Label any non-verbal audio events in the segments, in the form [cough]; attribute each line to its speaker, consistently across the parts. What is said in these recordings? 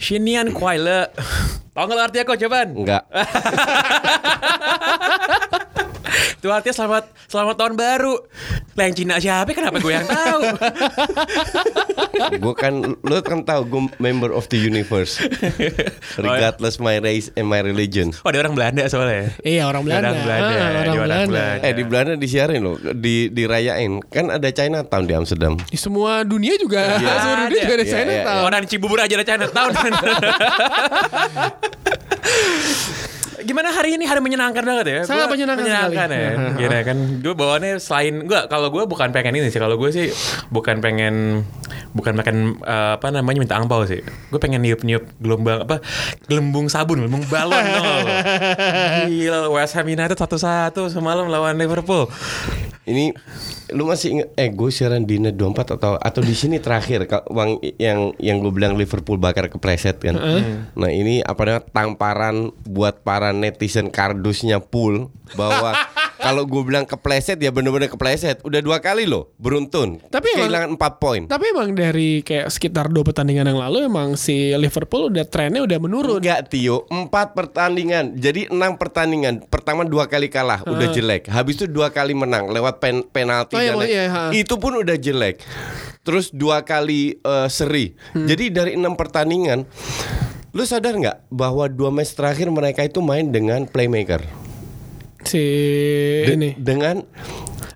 Speaker 1: Shinian Kuaile. Tahu nggak lo artinya kok cobaan?
Speaker 2: Enggak.
Speaker 1: Itu artinya selamat selamat tahun baru. Lah yang Cina siapa? Kenapa gue yang tahu?
Speaker 2: gue kan lu kan tahu gue member of the universe.
Speaker 3: Oh, iya.
Speaker 2: Regardless my race and my religion.
Speaker 1: Oh, ada orang Belanda soalnya.
Speaker 3: Iya orang Belanda.
Speaker 1: Orang
Speaker 3: Ah,
Speaker 1: Belanda.
Speaker 3: orang
Speaker 1: Di orang
Speaker 3: Belanda.
Speaker 1: Belanda.
Speaker 2: Eh di Iya, Belanda disiarin loh, di dirayain. Kan ada Chinatown di Amsterdam.
Speaker 3: Di semua dunia juga. [laughs] Seluruh dunia
Speaker 1: Ada.
Speaker 3: juga ada
Speaker 2: Iya,
Speaker 3: China
Speaker 2: iya,
Speaker 3: tahu.
Speaker 1: Oh, Orang di Cibubur aja ada China tahun. Gimana hari ini hari menyenangkan banget ya?
Speaker 3: Sangat
Speaker 1: Gua-
Speaker 3: menyenangkan
Speaker 1: menyenangkan
Speaker 3: sekali.
Speaker 1: ya. Gini kan, gue bawaannya selain gue kalau gue bukan pengen ini sih, kalau gue sih bukan pengen bukan pengen eh, apa namanya minta angpau sih. Gue pengen niup niup gelombang apa gelembung sabun, gelembung balon. tau nggak lo? Gila, West Ham United satu-satu semalam lawan Liverpool.
Speaker 2: Ini lu masih inget, eh gue siaran di Net 24 atau atau di sini terakhir Kak, Wang- yang yang gue bilang Liverpool bakar kepreset kan. Nah, ini apa namanya tamparan buat para netizen kardusnya pool
Speaker 3: [laughs]
Speaker 2: bahwa kalau gue bilang kepleset ya bener-bener kepleset. Udah dua kali loh beruntun.
Speaker 3: Tapi emang-
Speaker 2: kehilangan 4 poin.
Speaker 3: Tapi emang dari kayak sekitar dua pertandingan yang lalu emang si Liverpool udah trennya udah menurun.
Speaker 2: Enggak Tio, empat pertandingan. Jadi enam pertandingan. Pertama dua kali kalah, udah jelek. Habis itu dua kali menang lewat pen penalti
Speaker 3: Oh, iya,
Speaker 2: dan-
Speaker 3: iya, ha.
Speaker 2: itu pun udah jelek. Terus dua kali eh, seri.
Speaker 3: Hmm.
Speaker 2: Jadi dari enam pertandingan, lu sadar nggak bahwa dua match terakhir mereka itu main dengan playmaker,
Speaker 3: Si
Speaker 2: De-
Speaker 3: ini
Speaker 2: dengan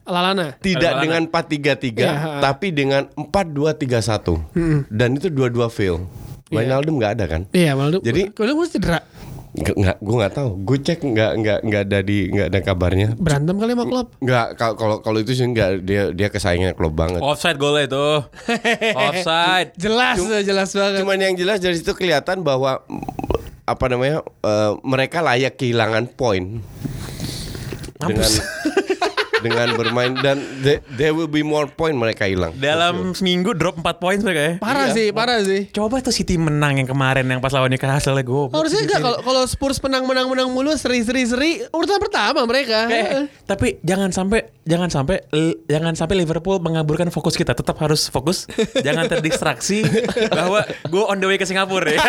Speaker 3: Lalana.
Speaker 2: tidak
Speaker 1: Ada
Speaker 2: dengan 4-3-3
Speaker 3: Iya, ha. Hmm.
Speaker 2: tapi dengan 4-2-3-1 dan itu dua-dua fail. Wijnaldum nggak ada kan?
Speaker 3: Iya, malu.
Speaker 2: Jadi-
Speaker 3: kalau gue cedera
Speaker 2: Nggak- nggak gue nggak tahu gue cek nggak nggak nggak ada di nggak ada kabarnya
Speaker 3: berantem kali sama Klopp.
Speaker 2: nggak kalau kalau- kalau itu sih nggak dia dia kesaingannya klub banget
Speaker 1: Offside golnya [laughs] itu. Offside.
Speaker 3: Jelas, jelas banget.
Speaker 2: cuman yang jelas dari situ kelihatan bahwa mm, apa namanya eh, mereka layak kehilangan poin dengan dengan bermain dan the- there will be more point mereka hilang
Speaker 1: Dalam seminggu drop 4 poin mereka ya.
Speaker 3: parah
Speaker 2: iya.
Speaker 3: sih, parah sih.
Speaker 1: Coba tuh City menang yang kemarin yang pas lawan Newcastle ya gue.
Speaker 2: Oh,
Speaker 3: Harusnya enggak kalau kalau Spurs menang menang menang mulu seri seri seri urutan pertama mereka.
Speaker 1: Eh, tapi jangan sampai jangan sampai l- jangan sampai Liverpool mengaburkan fokus kita. Tetap harus
Speaker 2: [laughs]
Speaker 1: fokus, jangan terdistraksi bahwa gue on the way ke Singapura
Speaker 2: [laughs]
Speaker 1: ya.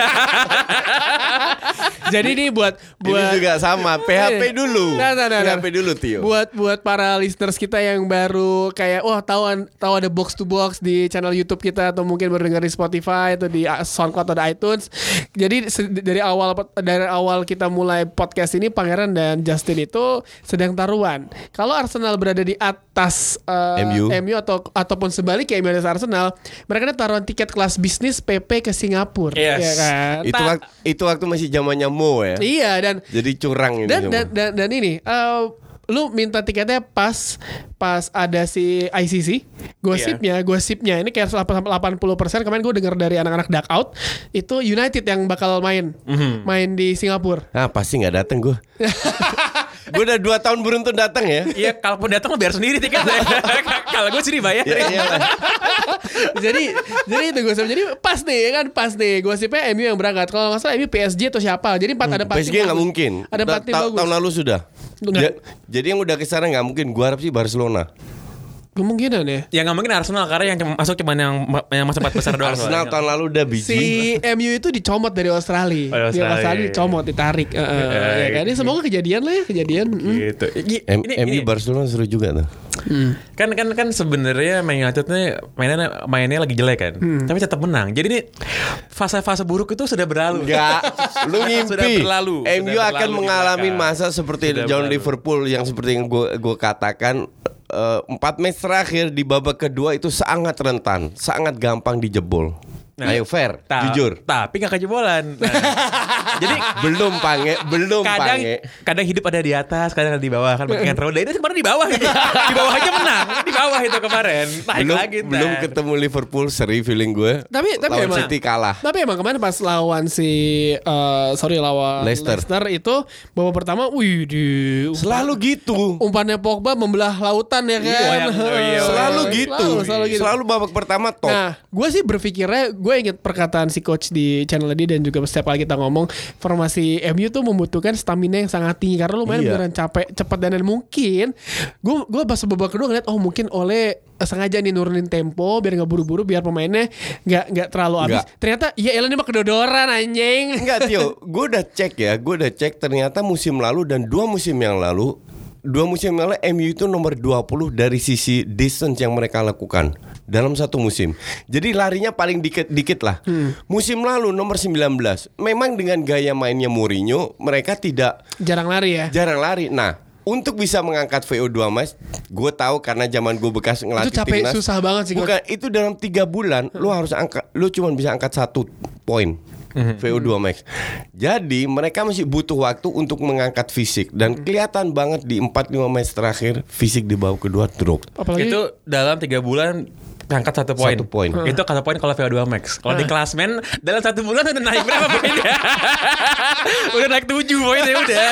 Speaker 3: Jadi ini buat
Speaker 2: ini
Speaker 3: buat
Speaker 2: juga sama PHP dulu
Speaker 3: Nah, nah, nah, nah.
Speaker 2: PHP dulu Tio
Speaker 3: buat buat para listeners kita yang baru kayak wah tahu an- tahu ada box to box di channel YouTube kita atau mungkin baru dengar di Spotify atau di uh, SoundCloud atau di iTunes. Jadi se- dari awal dari awal kita mulai podcast ini Pangeran dan Justin itu sedang taruhan. Kalau Arsenal berada di atas uh,
Speaker 2: MU.
Speaker 3: atau ataupun sebaliknya MU atas Arsenal, mereka ada taruhan tiket kelas bisnis PP ke Singapura, ya
Speaker 1: Yes.
Speaker 3: kan?
Speaker 2: itu
Speaker 3: Ta-
Speaker 2: waktu, itu waktu masih zamannya Mo ya
Speaker 3: Iya dan
Speaker 2: jadi curang ini
Speaker 3: dan
Speaker 2: semua.
Speaker 3: dan dan, dan ini eh, lu minta tiketnya pas pas ada si ICC gosipnya
Speaker 2: Iya.
Speaker 3: gosipnya ini kayak 80 persen kemarin gue dengar dari anak-anak duck out itu United yang bakal main
Speaker 2: Mhm.
Speaker 3: main di
Speaker 2: [laughs]
Speaker 3: Singapura
Speaker 2: Ah pasti nggak datang
Speaker 1: [laughs]
Speaker 2: gue. gue udah dua tahun beruntun datang ya.
Speaker 1: Iya, kalaupun datang lo biar sendiri tiketnya.
Speaker 2: Iya.
Speaker 1: [laughs] kalau gue sendiri bayar.
Speaker 2: Ya iyalah.
Speaker 3: jadi jadi itu gosip jadi pas nih ya kan pas nih gosipnya MU yang berangkat kalau nggak salah MU PSG atau siapa jadi empat ada empat tim
Speaker 2: PSG nggak
Speaker 3: bagus.
Speaker 2: mungkin.
Speaker 3: ada empat
Speaker 2: Ta-
Speaker 3: tim
Speaker 2: ta-
Speaker 3: bagus
Speaker 2: Tahun lalu sudah.
Speaker 3: Nggak.
Speaker 2: Ja- jadi yang udah kesana nggak mungkin. Gue harap sih Barcelona.
Speaker 3: kemungkinan ya
Speaker 1: Ya nggak mungkin Arsenal karena yang cem- masuk cuma yang yang masuk empat besar doang.
Speaker 2: Arsenal tahun lalu udah biji.
Speaker 3: si MU itu dicomot dari Australia.
Speaker 1: Oh,
Speaker 3: Di
Speaker 1: Australia.
Speaker 3: Australia dicomot, ditarik. Eh,
Speaker 2: Iya,
Speaker 3: eh, ya kan? Ini semoga kejadian lah ya, kejadian. Mm.
Speaker 1: Gitu. Ini,
Speaker 2: M-
Speaker 1: ini-
Speaker 2: MU Barcelona seru juga tuh.
Speaker 1: Kan kan kan sebenarnya Man United nih mainnya mainnya lagi jelek kan.
Speaker 2: Hmm.
Speaker 1: Tapi tetap menang. Jadi ini fase-fase buruk itu sudah berlalu. [laughs]
Speaker 2: Enggak, lu ngimpi.
Speaker 1: Sudah berlalu. Sudah
Speaker 2: MU akan
Speaker 1: berlalu
Speaker 2: mengalami
Speaker 1: di
Speaker 2: masa
Speaker 1: belakang.
Speaker 2: seperti
Speaker 1: Sudah
Speaker 2: John
Speaker 1: berlalu.
Speaker 2: Liverpool yang seperti yang gue gue katakan eh, empat match terakhir di babak kedua itu sangat rentan, sangat gampang dijebol.
Speaker 1: Nah,
Speaker 2: Ayo fair,
Speaker 1: Ta-
Speaker 2: jujur.
Speaker 1: Tapi nggak
Speaker 2: [laughs]
Speaker 1: kejebolan. Nah, jadi
Speaker 2: belum pange, belum
Speaker 1: kadang
Speaker 2: pange.
Speaker 1: kadang hidup ada di atas, kadang ada di bawah kan makin roda ini kemarin di bawah gitu. di bawah aja menang, di bawah itu kemarin. Naik
Speaker 2: Belum,
Speaker 1: lagi. ntar.
Speaker 2: belum ketemu Liverpool seri feeling gue.
Speaker 3: Tapi- tapi
Speaker 2: lawan
Speaker 3: emang-
Speaker 2: City kalah.
Speaker 3: Tapi emang kemarin pas lawan si eh, sorry lawan
Speaker 2: Leicester.
Speaker 3: Leicester, itu babak pertama, wih di
Speaker 2: Selalu gitu.
Speaker 3: umpannya Pogba membelah lautan ya
Speaker 1: Iya,
Speaker 3: kan.
Speaker 1: yang- oh iya,
Speaker 2: Selalu
Speaker 3: Selalu-
Speaker 2: gitu.
Speaker 3: selalu gitu.
Speaker 2: Selalu babak pertama top.
Speaker 3: Nah, gue sih berpikirnya, gue inget perkataan si coach di channel tadi dan juga setiap kali kita ngomong formasi MU tuh membutuhkan stamina yang sangat tinggi karena lu main
Speaker 2: Iya.
Speaker 3: beneran capek, cepat dan, dan mungkin gue gue pas babak kedua ngeliat oh mungkin oleh sengaja nih nurunin tempo biar nggak buru-buru biar pemainnya nggak nggak terlalu habis.
Speaker 2: Nggak.
Speaker 3: Ternyata ya Elan ini mah kedodoran anjing.
Speaker 2: Enggak Tio, gue udah cek ya, gue udah cek ternyata musim lalu dan dua musim yang lalu Dua musim yang lalu MU itu nomor 20 dari sisi distance yang mereka lakukan Dalam satu musim Jadi larinya paling dikit-dikit lah
Speaker 3: Hmm.
Speaker 2: Musim lalu nomor 19 Memang dengan gaya mainnya Mourinho Mereka tidak
Speaker 3: Jarang lari ya.
Speaker 2: jarang lari Nah untuk bisa mengangkat VO2 mas Gue tahu karena zaman gue bekas ngelatih
Speaker 3: Itu capek,
Speaker 2: timnas
Speaker 3: susah banget sih, Hmm.
Speaker 2: Bukan itu dalam tiga bulan Lu harus angkat Lu cuma bisa angkat satu poin
Speaker 3: Hmm.
Speaker 2: VO2 max Jadi mereka masih butuh waktu untuk mengangkat fisik Dan
Speaker 3: Hmm.
Speaker 2: kelihatan banget di 4-5 match terakhir Fisik di babak kedua drop
Speaker 3: Apalagi
Speaker 1: itu dalam tiga bulan ngangkat satu poin.
Speaker 2: Satu poin.
Speaker 1: Itu kata poin kalau VO2 max. Kalau di klasmen dalam satu bulan udah naik berapa poinnya? udah naik tujuh poinnya udah.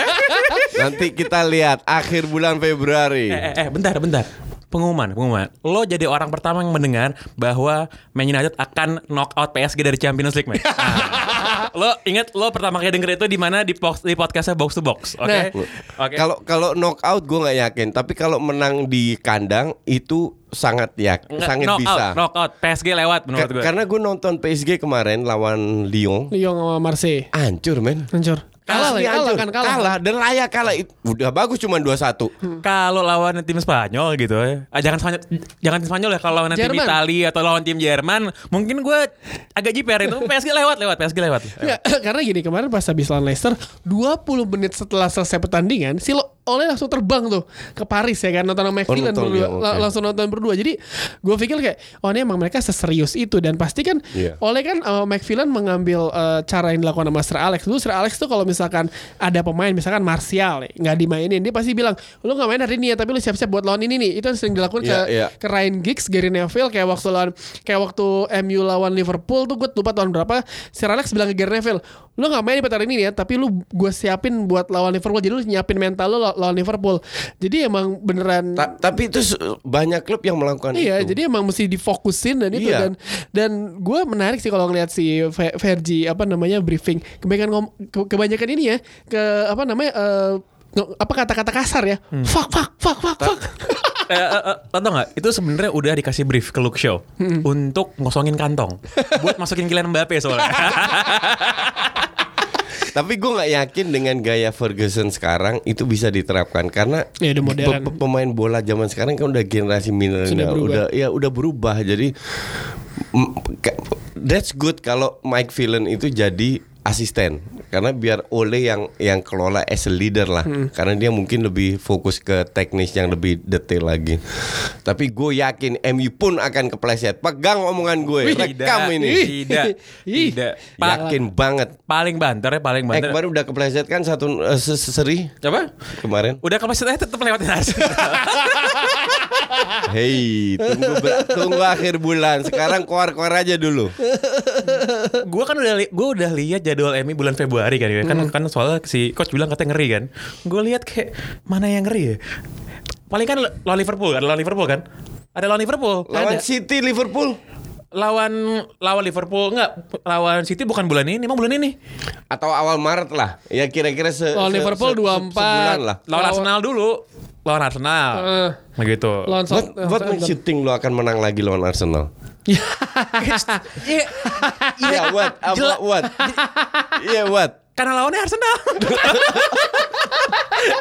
Speaker 2: Nanti kita lihat akhir bulan Februari
Speaker 3: [laughs]
Speaker 1: eh, eh, eh, bentar, bentar. Pengumuman, pengumuman. Lo jadi orang pertama yang mendengar bahwa Man United akan knock out PSG dari Champions League, man. Ah. lo ingat lo pertama kali denger itu di mana di, box, di podcastnya Box to Box, oke?
Speaker 3: Nah.
Speaker 1: Oke.
Speaker 2: Kalau kalau knockout gue nggak yakin, tapi kalau menang di kandang itu sangat yakin,
Speaker 1: Nggak,
Speaker 2: sangat
Speaker 1: knock
Speaker 2: bisa.
Speaker 1: out, knock out. PSG lewat
Speaker 3: Nah,
Speaker 1: menurut
Speaker 2: Ka-
Speaker 1: gue.
Speaker 2: Karena gue nonton PSG kemarin lawan Lyon,
Speaker 3: Lyon sama Marseille.
Speaker 2: hancur men.
Speaker 3: Hancur. Kalah,
Speaker 2: Asli
Speaker 3: ya, kalah
Speaker 2: hancur.
Speaker 3: kan kalah.
Speaker 2: dan layak kalah. It- Udah bagus cuma 2-1.
Speaker 1: Hmm. Kalau lawan tim Spanyol gitu ya. Ah, jangan Spanyol, jangan tim Spanyol ya kalau lawan tim
Speaker 3: Jerman.
Speaker 1: Italia atau lawan tim Jerman, mungkin gue agak jiper itu PSG lewat lewat PSG lewat. Eh,
Speaker 3: Nggak, Ya, [clears throat] karena gini kemarin pas habis lawan Leicester 20 menit setelah selesai pertandingan si Lo- Ole langsung terbang tuh ke Paris ya kan nonton sama McMillan
Speaker 2: Oh, nonton
Speaker 3: berdua,
Speaker 2: dia,
Speaker 3: La-
Speaker 2: oke.
Speaker 3: langsung nonton berdua jadi gue pikir kayak oh ini emang mereka seserius itu dan pasti kan
Speaker 2: Iya.
Speaker 3: Ole kan uh, McMillan mengambil uh, cara yang dilakukan sama Sir Alex dulu Sir Alex tuh kalau misalkan ada pemain misalkan Martial nih, nggak dimainin dia pasti bilang lu nggak main hari ini ya tapi lu siap-siap buat lawan ini nih itu yang sering dilakukan
Speaker 2: Iya,
Speaker 3: ke
Speaker 2: iya.
Speaker 3: ke Ryan Giggs, Gary Neville kayak waktu lawan kayak waktu MU lawan Liverpool tuh gue lupa tahun berapa Sir Alex bilang ke Gary Neville lu nggak main di pertandingan ini ya tapi lu gue siapin buat lawan Liverpool jadi lu nyiapin mental lu law- lawan Liverpool jadi emang beneran
Speaker 2: Ta- tapi itu se- banyak klub yang melakukan
Speaker 3: Iya,
Speaker 2: itu.
Speaker 3: jadi emang mesti difokusin dan itu
Speaker 2: Iya.
Speaker 3: dan dan gue menarik sih kalau ngelihat si Fe- Fergie apa namanya briefing kebanyakan ngom, ke- kebanyakan ini ya ke apa namanya eh, nge- apa kata-kata kasar ya
Speaker 2: Hmm.
Speaker 3: fuck fuck fuck fuck fuck [laughs]
Speaker 1: Eh, eh, eh, lo tau nggak? Itu sebenarnya udah dikasih brief ke Luke Show untuk ngosongin kantong, buat masukin Kylian Mbappe soalnya.
Speaker 2: Tapi gue nggak yakin dengan gaya Ferguson sekarang itu bisa diterapkan karena
Speaker 3: Ya, udah modern.
Speaker 2: pe- pe- pemain bola zaman sekarang kan udah generasi
Speaker 3: Sudah
Speaker 2: milenial,
Speaker 3: berubah.
Speaker 2: udah ya udah berubah. Jadi mm, ka- that's good kalau Mike Villan itu jadi asisten karena biar Ole yang yang kelola as a leader lah
Speaker 3: Hmm.
Speaker 2: karena dia mungkin lebih fokus ke teknis yang lebih detail lagi tapi gue yakin MU pun akan kepleset pegang omongan gue rekam ini
Speaker 1: Tidak,
Speaker 3: Ih.
Speaker 1: tidak. Pa-
Speaker 2: yakin banget
Speaker 1: paling banter ya, paling
Speaker 2: Eh
Speaker 1: banter.
Speaker 2: kemarin udah kepleset kan satu eh, se- se- seri
Speaker 1: Coba.
Speaker 2: kemarin.
Speaker 1: Udah kapasitasnya tetap lewatin Arsenal.
Speaker 2: Hei, tunggu ber- tunggu akhir bulan. Sekarang koar-koar aja dulu.
Speaker 1: gue kan udah li- gue udah lihat jadwal Emmy bulan Februari kan ya kan kan soalnya si coach bilang katanya ngeri kan gue lihat kayak mana yang ngeri ya paling kan l- lawan Liverpool ada lawan Liverpool kan ada lawan Liverpool
Speaker 2: Lawan
Speaker 1: ada.
Speaker 2: City Liverpool
Speaker 1: lawan lawan Liverpool enggak lawan City bukan bulan ini emang bulan ini
Speaker 2: atau awal Maret lah. Ya kira-kira se
Speaker 3: Lawan
Speaker 2: se-
Speaker 3: Liverpool
Speaker 2: se-
Speaker 3: 24.
Speaker 2: sebulan lah.
Speaker 1: lawan
Speaker 3: Lawan-
Speaker 1: Arsenal dulu lawan Arsenal Nah,
Speaker 3: Eh.
Speaker 1: gitu. begitu
Speaker 3: lawan
Speaker 2: What,
Speaker 3: Sout-
Speaker 2: what makes you think lo akan menang lagi lawan Arsenal?
Speaker 1: Iya.
Speaker 2: Iya, what? Apa,
Speaker 1: Jela-
Speaker 2: what? Iya, what?
Speaker 1: Karena lawannya
Speaker 3: [laughs]
Speaker 1: Arsenal.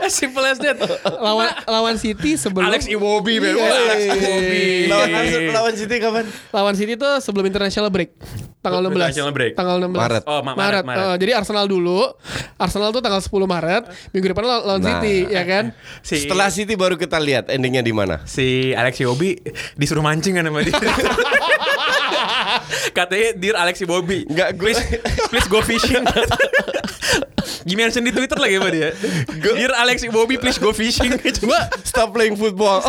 Speaker 1: As Simple as that.
Speaker 3: lawan lawan City sebelum
Speaker 1: Alex Iwobi,
Speaker 3: Iya.
Speaker 1: bro. Alex Iwobi.
Speaker 4: lawan Arsenal- lawan City kapan?
Speaker 3: lawan City tuh sebelum international break tanggal 16
Speaker 1: International break.
Speaker 3: tanggal 16
Speaker 2: Maret.
Speaker 1: Oh, Ma- Maret, Maret.
Speaker 3: Eh, jadi Arsenal dulu Arsenal tuh tanggal 10 Maret minggu depan law- lawan
Speaker 2: Nah.
Speaker 3: City ya kan
Speaker 1: Si,
Speaker 2: Setelah City baru kita lihat endingnya di mana.
Speaker 1: si Alex Iwobi disuruh mancing kan sama dia. Katanya dear Alex Iwobi.
Speaker 2: Nggak, gue-
Speaker 1: please, please go fishing. [laughs] Gimana di Twitter lagi sama dia. Dear Alex Iwobi please go fishing. Coba
Speaker 2: Stop playing football.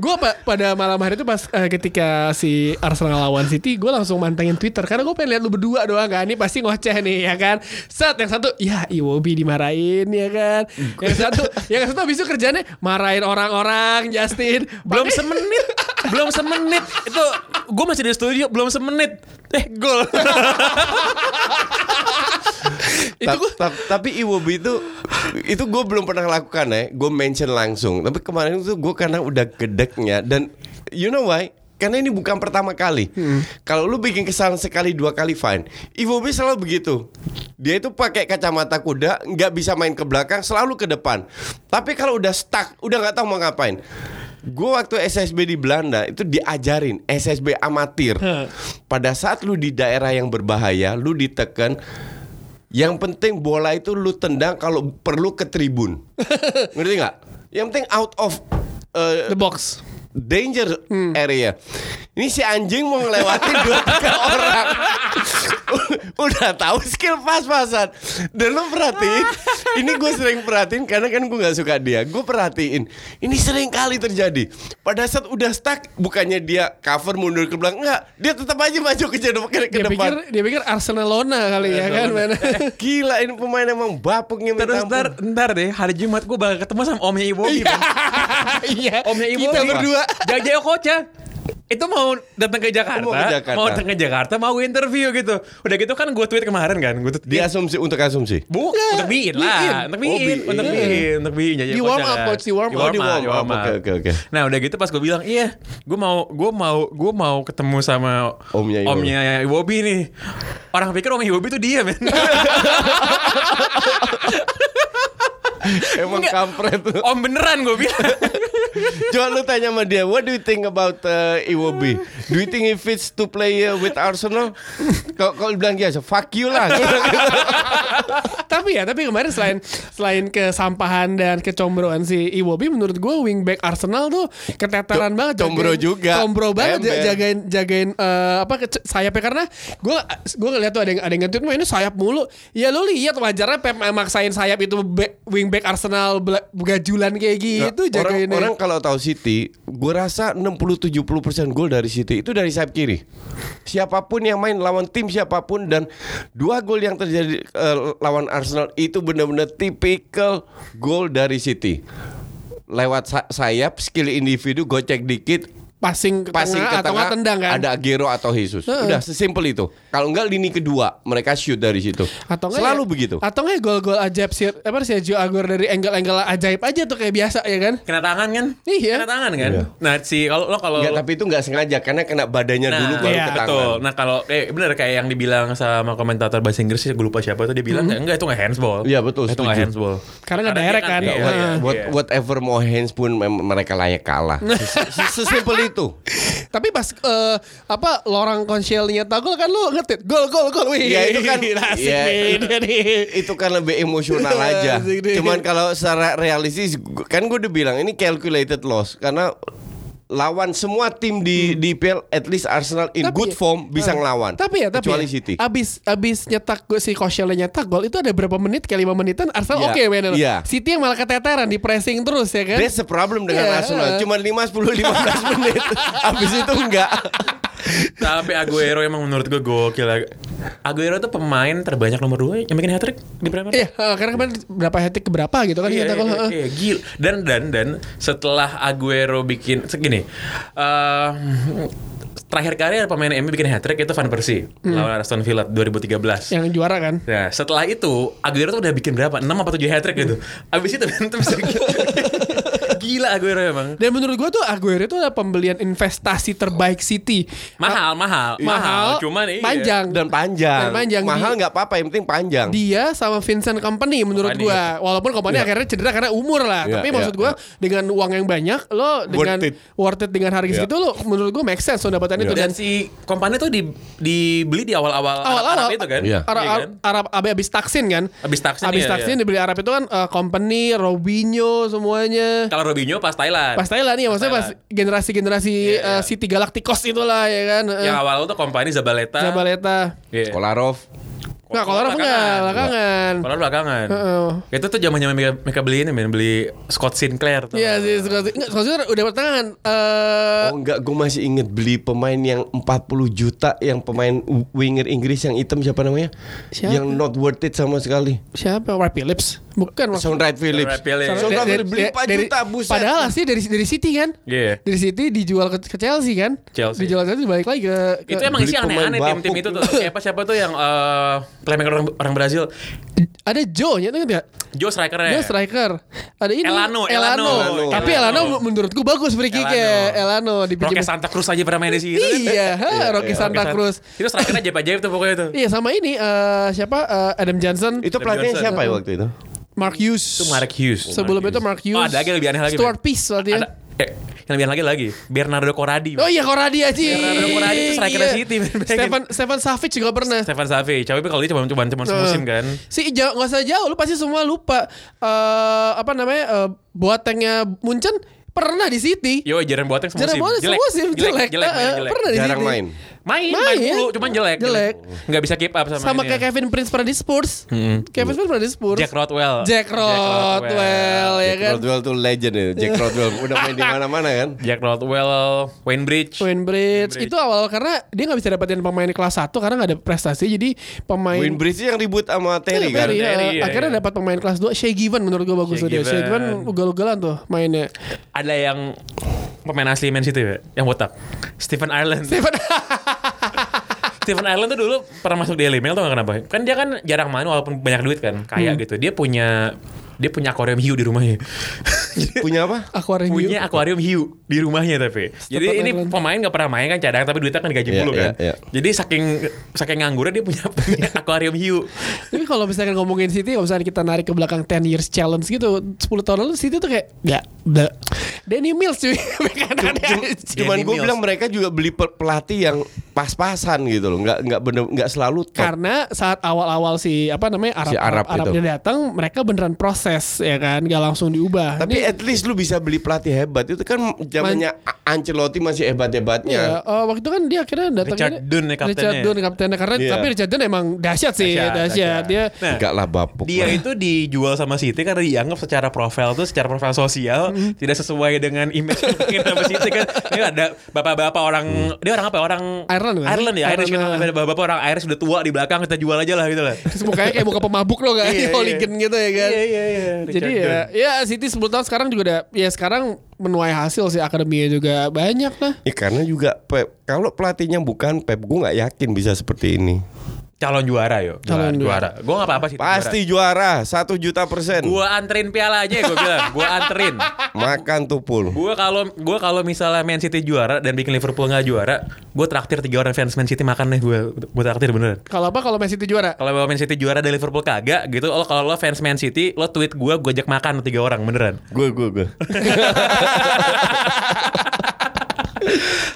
Speaker 3: gue pada malam hari itu pas eh, ketika si Arsenal lawan City gue langsung mantengin Twitter karena gue pengen lihat lu berdua doang kan ini pasti ngoceh nih ya kan set yang satu ya Iwobi dimarahin ya kan yang satu yang satu abis itu kerjanya marahin orang-orang Justin
Speaker 1: belum
Speaker 3: Pakai-
Speaker 1: semenit belum semenit itu gue masih di studio belum semenit eh gol
Speaker 3: itu
Speaker 2: Ta-
Speaker 3: gue
Speaker 2: ta- tapi Iwobi itu itu gue belum pernah lakukan ya. Gue mention langsung. Tapi kemarin itu gue karena udah gedeknya dan you know why? Karena ini bukan pertama kali. Kalau lu bikin kesalahan sekali dua kali fine. Iwobi selalu begitu. Dia itu pakai kacamata kuda, nggak bisa main ke belakang, selalu ke depan. Tapi kalau udah stuck, udah nggak tahu mau ngapain. Gue waktu SSB di Belanda itu diajarin SSB amatir. Pada saat lu di daerah yang berbahaya, lu diteken yang penting bola itu lu tendang kalau perlu ke tribun. Ngerti nggak? Yang penting out of uh,
Speaker 3: the box
Speaker 2: danger area. Ini si anjing mau ngelewatin dua tiga orang. Udah tahu skill pas-pasan. Dan lu perhatiin, ini gue sering perhatiin karena kan gue nggak suka dia. Gue perhatiin, ini sering kali terjadi. Pada saat udah stuck, bukannya dia cover mundur ke belakang, enggak, dia tetap aja maju ke, jad- ke, [laughs] ke
Speaker 3: dia pikir
Speaker 2: depan.
Speaker 3: dia pikir Arsenalona kali ya kan mana
Speaker 2: Gila ini pemain emang bapuknya minta
Speaker 1: terus
Speaker 2: ampun.
Speaker 1: ntar ntar deh hari Jumat gue bakal ketemu sama omnya Iwobi Bang.
Speaker 2: [laughs]
Speaker 3: iya
Speaker 1: omnya Iwobi
Speaker 3: kita berdua
Speaker 1: Jajayo Koca itu mau datang ke Jakarta,
Speaker 2: Mau ke Jakarta.
Speaker 1: mau datang ke Jakarta, mau interview gitu. Udah gitu kan gue tweet kemarin kan, gue tweet
Speaker 2: Dia asumsi untuk asumsi.
Speaker 1: Bu, untuk biin lah, untuk
Speaker 2: Oh,
Speaker 1: biin,
Speaker 2: biin.
Speaker 1: untuk biin, untuk biin. Jajayo
Speaker 3: Di
Speaker 1: Koca
Speaker 3: warm up,
Speaker 1: kan.
Speaker 3: coach, di warm up.
Speaker 1: Di warm
Speaker 2: Oh, di
Speaker 1: up,
Speaker 2: warm
Speaker 1: di
Speaker 2: up.
Speaker 1: warm up.
Speaker 2: Oke, oke, oke.
Speaker 1: Nah udah gitu pas gue bilang iya gue mau gue mau gue mau ketemu sama
Speaker 2: Omnya Iwobi.
Speaker 1: Iwobi nih orang pikir omnya Iwobi tuh dia men
Speaker 2: [laughs] Emang
Speaker 1: Enggak.
Speaker 2: kampret.
Speaker 1: om beneran gue bilang
Speaker 2: Coba lu tanya sama dia, what do you think about uh, Iwobi? Do you think he fits to play uh, with Arsenal? Kalau kalau bilang dia, fuck you lah.
Speaker 3: tapi ya tapi kemarin selain selain kesampahan dan kecombroan si Iwobi menurut gue wingback Arsenal tuh keteteran
Speaker 2: Co-
Speaker 3: banget
Speaker 2: combro
Speaker 3: jagain-
Speaker 2: juga.
Speaker 3: combro banget ja-
Speaker 2: Ember.
Speaker 3: jagain jagain eh, apa kece- sayapnya karena gue gue ngeliat tuh ada yang ada yang nge-tweet, "Wah, ini sayap mulu ya lu lihat wajarnya Pep maksain sayap itu back- wingback Arsenal bela- begajulan kayak gitu
Speaker 2: orang,
Speaker 3: jagainnya
Speaker 2: orang kalau tahu City, gue rasa 60-70% gol dari City itu dari sayap kiri. Siapapun yang main lawan tim siapapun dan dua gol yang terjadi eh, lawan Arsenal itu benar-benar tipikal gol dari City. Lewat sa- sayap, skill individu gocek dikit,
Speaker 3: passing ke
Speaker 2: passing
Speaker 3: tengah
Speaker 2: ke
Speaker 3: atau
Speaker 2: tengah,
Speaker 3: nggak tendang kan
Speaker 2: ada Agero atau Jesus.
Speaker 3: Heeh.
Speaker 2: Udah sesimpel itu. Kalau enggak lini kedua mereka shoot dari situ.
Speaker 3: atau nggak
Speaker 2: Selalu
Speaker 3: ya-
Speaker 2: begitu.
Speaker 3: atau nggak gol-gol ajaib sih apa Sergio Aguero dari angle-angle ajaib aja tuh kayak biasa ya kan
Speaker 1: kena tangan kan
Speaker 3: Iya.
Speaker 1: kena tangan kan
Speaker 2: Iya.
Speaker 1: nah si kalau lo kalau
Speaker 2: Enggak, tapi itu enggak sengaja karena kena badannya
Speaker 1: Nah,
Speaker 2: dulu baru
Speaker 3: iya,
Speaker 2: ke tangan.
Speaker 1: betul. Nah kalau kayak bener kayak yang dibilang sama komentator bahasa Inggris sih gue lupa siapa tuh dia bilang enggak itu nggak handsball.
Speaker 2: Mm-hmm. Iya, betul,
Speaker 1: Itu nggak
Speaker 2: setuju.
Speaker 1: handsball.
Speaker 3: Karena nggak direct
Speaker 1: dia
Speaker 3: kan.
Speaker 1: Iya,
Speaker 3: Nggak,
Speaker 1: iya,
Speaker 2: What-
Speaker 1: iya.
Speaker 2: whatever mau hands pun mem- mereka layak
Speaker 3: [laughs]
Speaker 2: kalah. Ses- Sesimpel itu.
Speaker 3: Tapi pas eh, apa lorang konselnya tagol kan lu ngetit gol gol gol wih.
Speaker 2: Iya, itu
Speaker 3: [laughs]
Speaker 2: kan-
Speaker 3: asik
Speaker 2: iya.
Speaker 3: nih dia nih.
Speaker 2: Itu kan lebih emosional
Speaker 3: Iya,
Speaker 2: aja.
Speaker 3: Asik deh.
Speaker 2: Cuman kalau secara realistis gu- kan gue udah bilang ini calculated loss karena lawan semua tim di di PL at least Arsenal in
Speaker 3: Tapi
Speaker 2: good
Speaker 3: ya-
Speaker 2: form bisa ngelawan.
Speaker 3: Tapi ya, tapi
Speaker 2: kecuali
Speaker 3: ya,
Speaker 2: City.
Speaker 3: Abis abis nyetak gua- si Koscielny nyetak gol itu ada berapa menit kayak lima menitan Arsenal
Speaker 2: Iya,
Speaker 3: oke mainnya.
Speaker 2: iya.
Speaker 3: City yang malah keteteran di pressing terus ya kan.
Speaker 2: That's the problem dengan
Speaker 3: Iya,
Speaker 2: Arsenal.
Speaker 3: eh.
Speaker 2: Cuma 5 10
Speaker 3: [laughs]
Speaker 2: 15 menit. Habis itu enggak.
Speaker 1: Tapi Aguero emang menurut gue gokil. Aguero tuh pemain terbanyak nomor 2 yang bikin hat trick di Premier.
Speaker 3: Iya, eh, karena kemarin berapa hetik keberapa gitu kan
Speaker 1: Iya,
Speaker 3: nyetak
Speaker 1: iya,
Speaker 3: gol.
Speaker 1: iya,
Speaker 3: heeh.
Speaker 1: iya, gila. Dan dan dan setelah Aguero bikin segini eh, terakhir kali ada pemain MU bikin hat trick itu Van Persie
Speaker 2: Hmm.
Speaker 1: lawan Aston Villa 2013.
Speaker 3: Yang juara kan.
Speaker 1: Nah, setelah [laughs] itu Aguero tuh udah bikin berapa? 6 apa 7 hat trick gitu. Abis itu berantem segala. Gila Aguero emang.
Speaker 3: Dan menurut gue tuh Aguero itu adalah pembelian investasi terbaik City.
Speaker 1: Mahal, mahal,
Speaker 3: Ma- mahal,
Speaker 1: Cuman iya.
Speaker 3: panjang
Speaker 2: dan panjang.
Speaker 3: Dan panjang.
Speaker 2: Mahal
Speaker 3: Di-
Speaker 2: nggak apa-apa, yang penting panjang.
Speaker 3: Dia sama Vincent Company menurut
Speaker 1: Kompany,
Speaker 3: gue. Walaupun Company akhirnya cedera karena umur lah.
Speaker 2: Iya,
Speaker 3: Tapi
Speaker 2: iya,
Speaker 3: maksud gue
Speaker 2: iya.
Speaker 3: dengan uang yang banyak lo dengan
Speaker 2: it.
Speaker 3: worth it dengan harga
Speaker 2: Iya.
Speaker 3: segitu lo menurut gue make sense lo dapetan itu dan
Speaker 1: Dan si kompannya tuh di, dibeli di awal-awal
Speaker 3: awal-awal
Speaker 1: Arab itu kan.
Speaker 2: Iya.
Speaker 3: Arab,
Speaker 1: kan?
Speaker 3: Arab abis, abis taksin kan
Speaker 1: Abis taksin,
Speaker 3: abis
Speaker 1: iya,
Speaker 3: taksin
Speaker 1: iya.
Speaker 3: dibeli Arab itu kan eh, company Robinho semuanya
Speaker 1: Kalau Robinho pas Thailand.
Speaker 3: pas Thailand ya maksudnya pas generasi-generasi
Speaker 1: Iya, iya.
Speaker 3: eh, City Galacticos itulah ya kan eh,
Speaker 1: Yang awal tuh kompani Zabaleta.
Speaker 3: Zabaleta
Speaker 1: Iya.
Speaker 2: Kolarov
Speaker 3: Nggak, Nah, kalau orang enggak, belakangan.
Speaker 1: Kalau belakangan.
Speaker 3: Heeh.
Speaker 1: Itu tuh zamannya mereka, mereka beli ini, men, beli Scott Sinclair. tuh.
Speaker 3: Iya sih, Scott Sinclair. Nggak, Scott Sinclair udah pertengahan. Eh,
Speaker 2: Oh enggak, gue masih inget beli pemain yang 40 juta yang pemain winger Inggris yang hitam siapa namanya?
Speaker 3: Siapa?
Speaker 2: Yang not worth it sama sekali.
Speaker 3: siapa? Ray Phillips? Bukan. Ray
Speaker 2: Soundright Phillips.
Speaker 1: Soundright Phillips.
Speaker 2: Soundright
Speaker 3: Dari-
Speaker 2: Phillips beli
Speaker 3: dari-
Speaker 2: 4
Speaker 3: dari-
Speaker 2: juta buset.
Speaker 3: Padahal sih dari dari City kan?
Speaker 1: Iya.
Speaker 3: Dari City dijual ke, ke Chelsea kan?
Speaker 1: Chelsea.
Speaker 3: Dijual ke Chelsea balik lagi ke, ke
Speaker 1: Itu emang
Speaker 2: Beli
Speaker 1: isi
Speaker 2: pemain
Speaker 1: aneh-aneh tim-tim
Speaker 2: bapuk.
Speaker 1: itu tuh. Siapa siapa tuh yang eh playmaker orang, orang Brazil.
Speaker 3: ada Joe nya enggak?
Speaker 1: Joe striker ya?
Speaker 3: Dia striker. Ada ini
Speaker 1: Eh. Elano,
Speaker 3: Elano.
Speaker 1: Elano.
Speaker 3: Tapi
Speaker 1: Elano.
Speaker 3: Elano, menurutku bagus free kick ya. Elano
Speaker 1: Roque
Speaker 3: dipinjam.
Speaker 1: Santa Cruz aja pernah main di situ. kan?
Speaker 3: Iya, ha, Rocky Santa
Speaker 1: Roque
Speaker 3: Cruz.
Speaker 1: Itu striker aja ajaib tuh pokoknya tuh.
Speaker 3: Iya sama ini eh, siapa Eh, Adam Johnson,
Speaker 2: Itu pelatihnya
Speaker 1: Johnson.
Speaker 2: siapa ya waktu itu?
Speaker 3: Mark Hughes.
Speaker 1: Itu Mark Hughes.
Speaker 3: Sebelum itu Mark Hughes.
Speaker 1: Oh, ada lagi yang lebih aneh lagi.
Speaker 3: Stuart
Speaker 1: Ben.
Speaker 3: Peace berarti ya.
Speaker 1: Ada eh, yang lebih aneh lagi lagi. Bernardo Corradi.
Speaker 3: Oh iya Koradi aja.
Speaker 1: Bernardo Corradi itu striker City, men. Bayangin.
Speaker 3: Stefan Stefan Savic juga pernah.
Speaker 1: Stefan Savic. Coba kalau dia cuma cuma
Speaker 3: Oh.
Speaker 1: cuma semusim kan.
Speaker 3: Si jauh nggak usah jauh, lu pasti semua lupa eh apa namanya eh, Boatengnya Munchen pernah di City.
Speaker 1: Yo, jarang buatnya semusim.
Speaker 3: Jarang banget semusim jelek.
Speaker 1: Iya, Jelek, jelek,
Speaker 3: Eh,
Speaker 1: main jelek.
Speaker 3: Pernah di
Speaker 2: Jarang
Speaker 3: City.
Speaker 2: main.
Speaker 1: Main, main,
Speaker 3: Main.
Speaker 1: mulu, cuman jelek.
Speaker 3: Jelek.
Speaker 1: Nggak bisa keep up sama
Speaker 3: Sama
Speaker 1: ini.
Speaker 3: kayak Kevin Prince pernah di Spurs. Kevin Prince pernah di Spurs.
Speaker 1: Jack Rodwell.
Speaker 3: Jack Rodwell ya
Speaker 2: Jack
Speaker 3: kan.
Speaker 2: Rodwell tuh legend itu.
Speaker 3: [laughs]
Speaker 2: Jack Rodwell udah main di mana-mana kan?
Speaker 1: Jack Rodwell, Wayne Bridge.
Speaker 3: Winbridge itu awal karena dia nggak bisa dapetin pemain kelas 1 karena nggak ada prestasi jadi pemain
Speaker 2: Wayne Bridge yang ribut sama Terry
Speaker 3: Iya,
Speaker 2: kan?
Speaker 3: Barry,
Speaker 1: Terry,
Speaker 3: eh,
Speaker 1: iya,
Speaker 3: akhirnya
Speaker 1: iya.
Speaker 3: dapat pemain kelas 2 Shea Given menurut gue bagus tuh dia.
Speaker 1: Shea
Speaker 3: Shea
Speaker 1: Given.
Speaker 3: Given ugal-ugalan tuh mainnya.
Speaker 1: Ada yang pemain asli Man City ya, yang botak. Stephen Ireland.
Speaker 3: Stephen
Speaker 1: [laughs] Stephen Ireland tuh dulu pernah masuk Daily Mail tuh gak kenapa? Kan dia kan jarang main walaupun banyak duit kan, kaya gitu. Dia punya dia punya akuarium hiu di rumahnya.
Speaker 2: kan. Punya apa?
Speaker 3: Aquarium
Speaker 1: punya akuarium hiu di rumahnya tapi. Jadi
Speaker 3: Stephen
Speaker 1: ini
Speaker 3: Ireland.
Speaker 1: pemain gak pernah main kan cadang tapi duitnya kan digaji
Speaker 2: Iya,
Speaker 1: mulu kan.
Speaker 2: iya, iya.
Speaker 1: Jadi saking saking nganggurnya dia punya, [laughs] punya akuarium hiu.
Speaker 3: [laughs] Tapi kalau misalkan ngomongin City, kalau misalkan kita narik ke belakang 10 years challenge gitu, 10 tahun lalu City tuh kayak ya udah Danny Mills cuy. [laughs] Makanannya aja.
Speaker 2: Cuman
Speaker 1: Danny
Speaker 2: gue
Speaker 1: Mills.
Speaker 2: bilang mereka juga beli pe- pelatih yang pas-pasan gitu loh. Nggak nggak bener nggak selalu top.
Speaker 3: Karena saat awal-awal si apa namanya Arab
Speaker 2: Si Arab itu.
Speaker 1: gitu.
Speaker 3: Arabnya datang, mereka beneran proses ya kan, gak langsung diubah.
Speaker 2: Tapi
Speaker 3: Ini-
Speaker 2: at least lu bisa beli pelatih hebat. Itu kan zamannya A- Ancelotti
Speaker 3: Ya,
Speaker 2: masih hebat-hebatnya.
Speaker 3: eh, waktu itu kan dia akhirnya datangnya
Speaker 1: Richard Dunn ya kaptennya.
Speaker 3: Richard Dunn kaptennya karena
Speaker 2: Iya.
Speaker 3: tapi Richard Dunn emang dahsyat sih,
Speaker 1: Dahsyat,
Speaker 3: Iya, dahsyat.
Speaker 1: dahsyat.
Speaker 3: Dia
Speaker 1: Nah,
Speaker 2: Enggak Eh, lah bapuk.
Speaker 1: Dia
Speaker 2: lah.
Speaker 1: itu dijual sama Siti karena dianggap secara profil tuh secara profil sosial
Speaker 3: Mm-hmm.
Speaker 1: tidak sesuai dengan image yang mungkin sama Siti kan. Ini ada bapak-bapak orang dia orang apa? ya? Orang
Speaker 3: Mm. Ireland, kan?
Speaker 1: Ireland ya, Irish kan.
Speaker 3: Ireland,
Speaker 1: Ada bapak-bapak orang Irish udah tua di belakang kita jual aja lah gitu lah.
Speaker 3: terus mukanya kayak muka pemabuk loh [laughs] kan,
Speaker 1: Iya, iya.
Speaker 3: hooligan gitu ya kan.
Speaker 1: Iya iya iya.
Speaker 3: [laughs] Jadi ya, ya City 10 tahun sekarang juga udah ya sekarang menuai hasil sih akademinya juga banyak lah.
Speaker 2: Ya, karena juga Pep, kalau pelatihnya bukan Pep, gue nggak yakin bisa seperti ini.
Speaker 1: calon juara yo.
Speaker 3: Calon juara.
Speaker 1: Gua enggak apa-apa sih.
Speaker 2: Pasti juara, satu juta persen.
Speaker 1: Gua anterin piala aja gua bilang. Gua anterin.
Speaker 2: Makan tupul.
Speaker 1: Gua kalau gua kalau misalnya Man City juara dan bikin Liverpool nggak juara, gua traktir tiga orang fans Man City makan nih gua gua traktir beneran.
Speaker 3: Kalau apa kalau Man City juara?
Speaker 1: Kalau bawa Man City juara dari Liverpool kagak gitu. Lo kalau lo fans Man City, lo tweet gue, gue ajak makan tiga orang beneran.
Speaker 2: Gue gue
Speaker 1: [laughs]
Speaker 2: gue.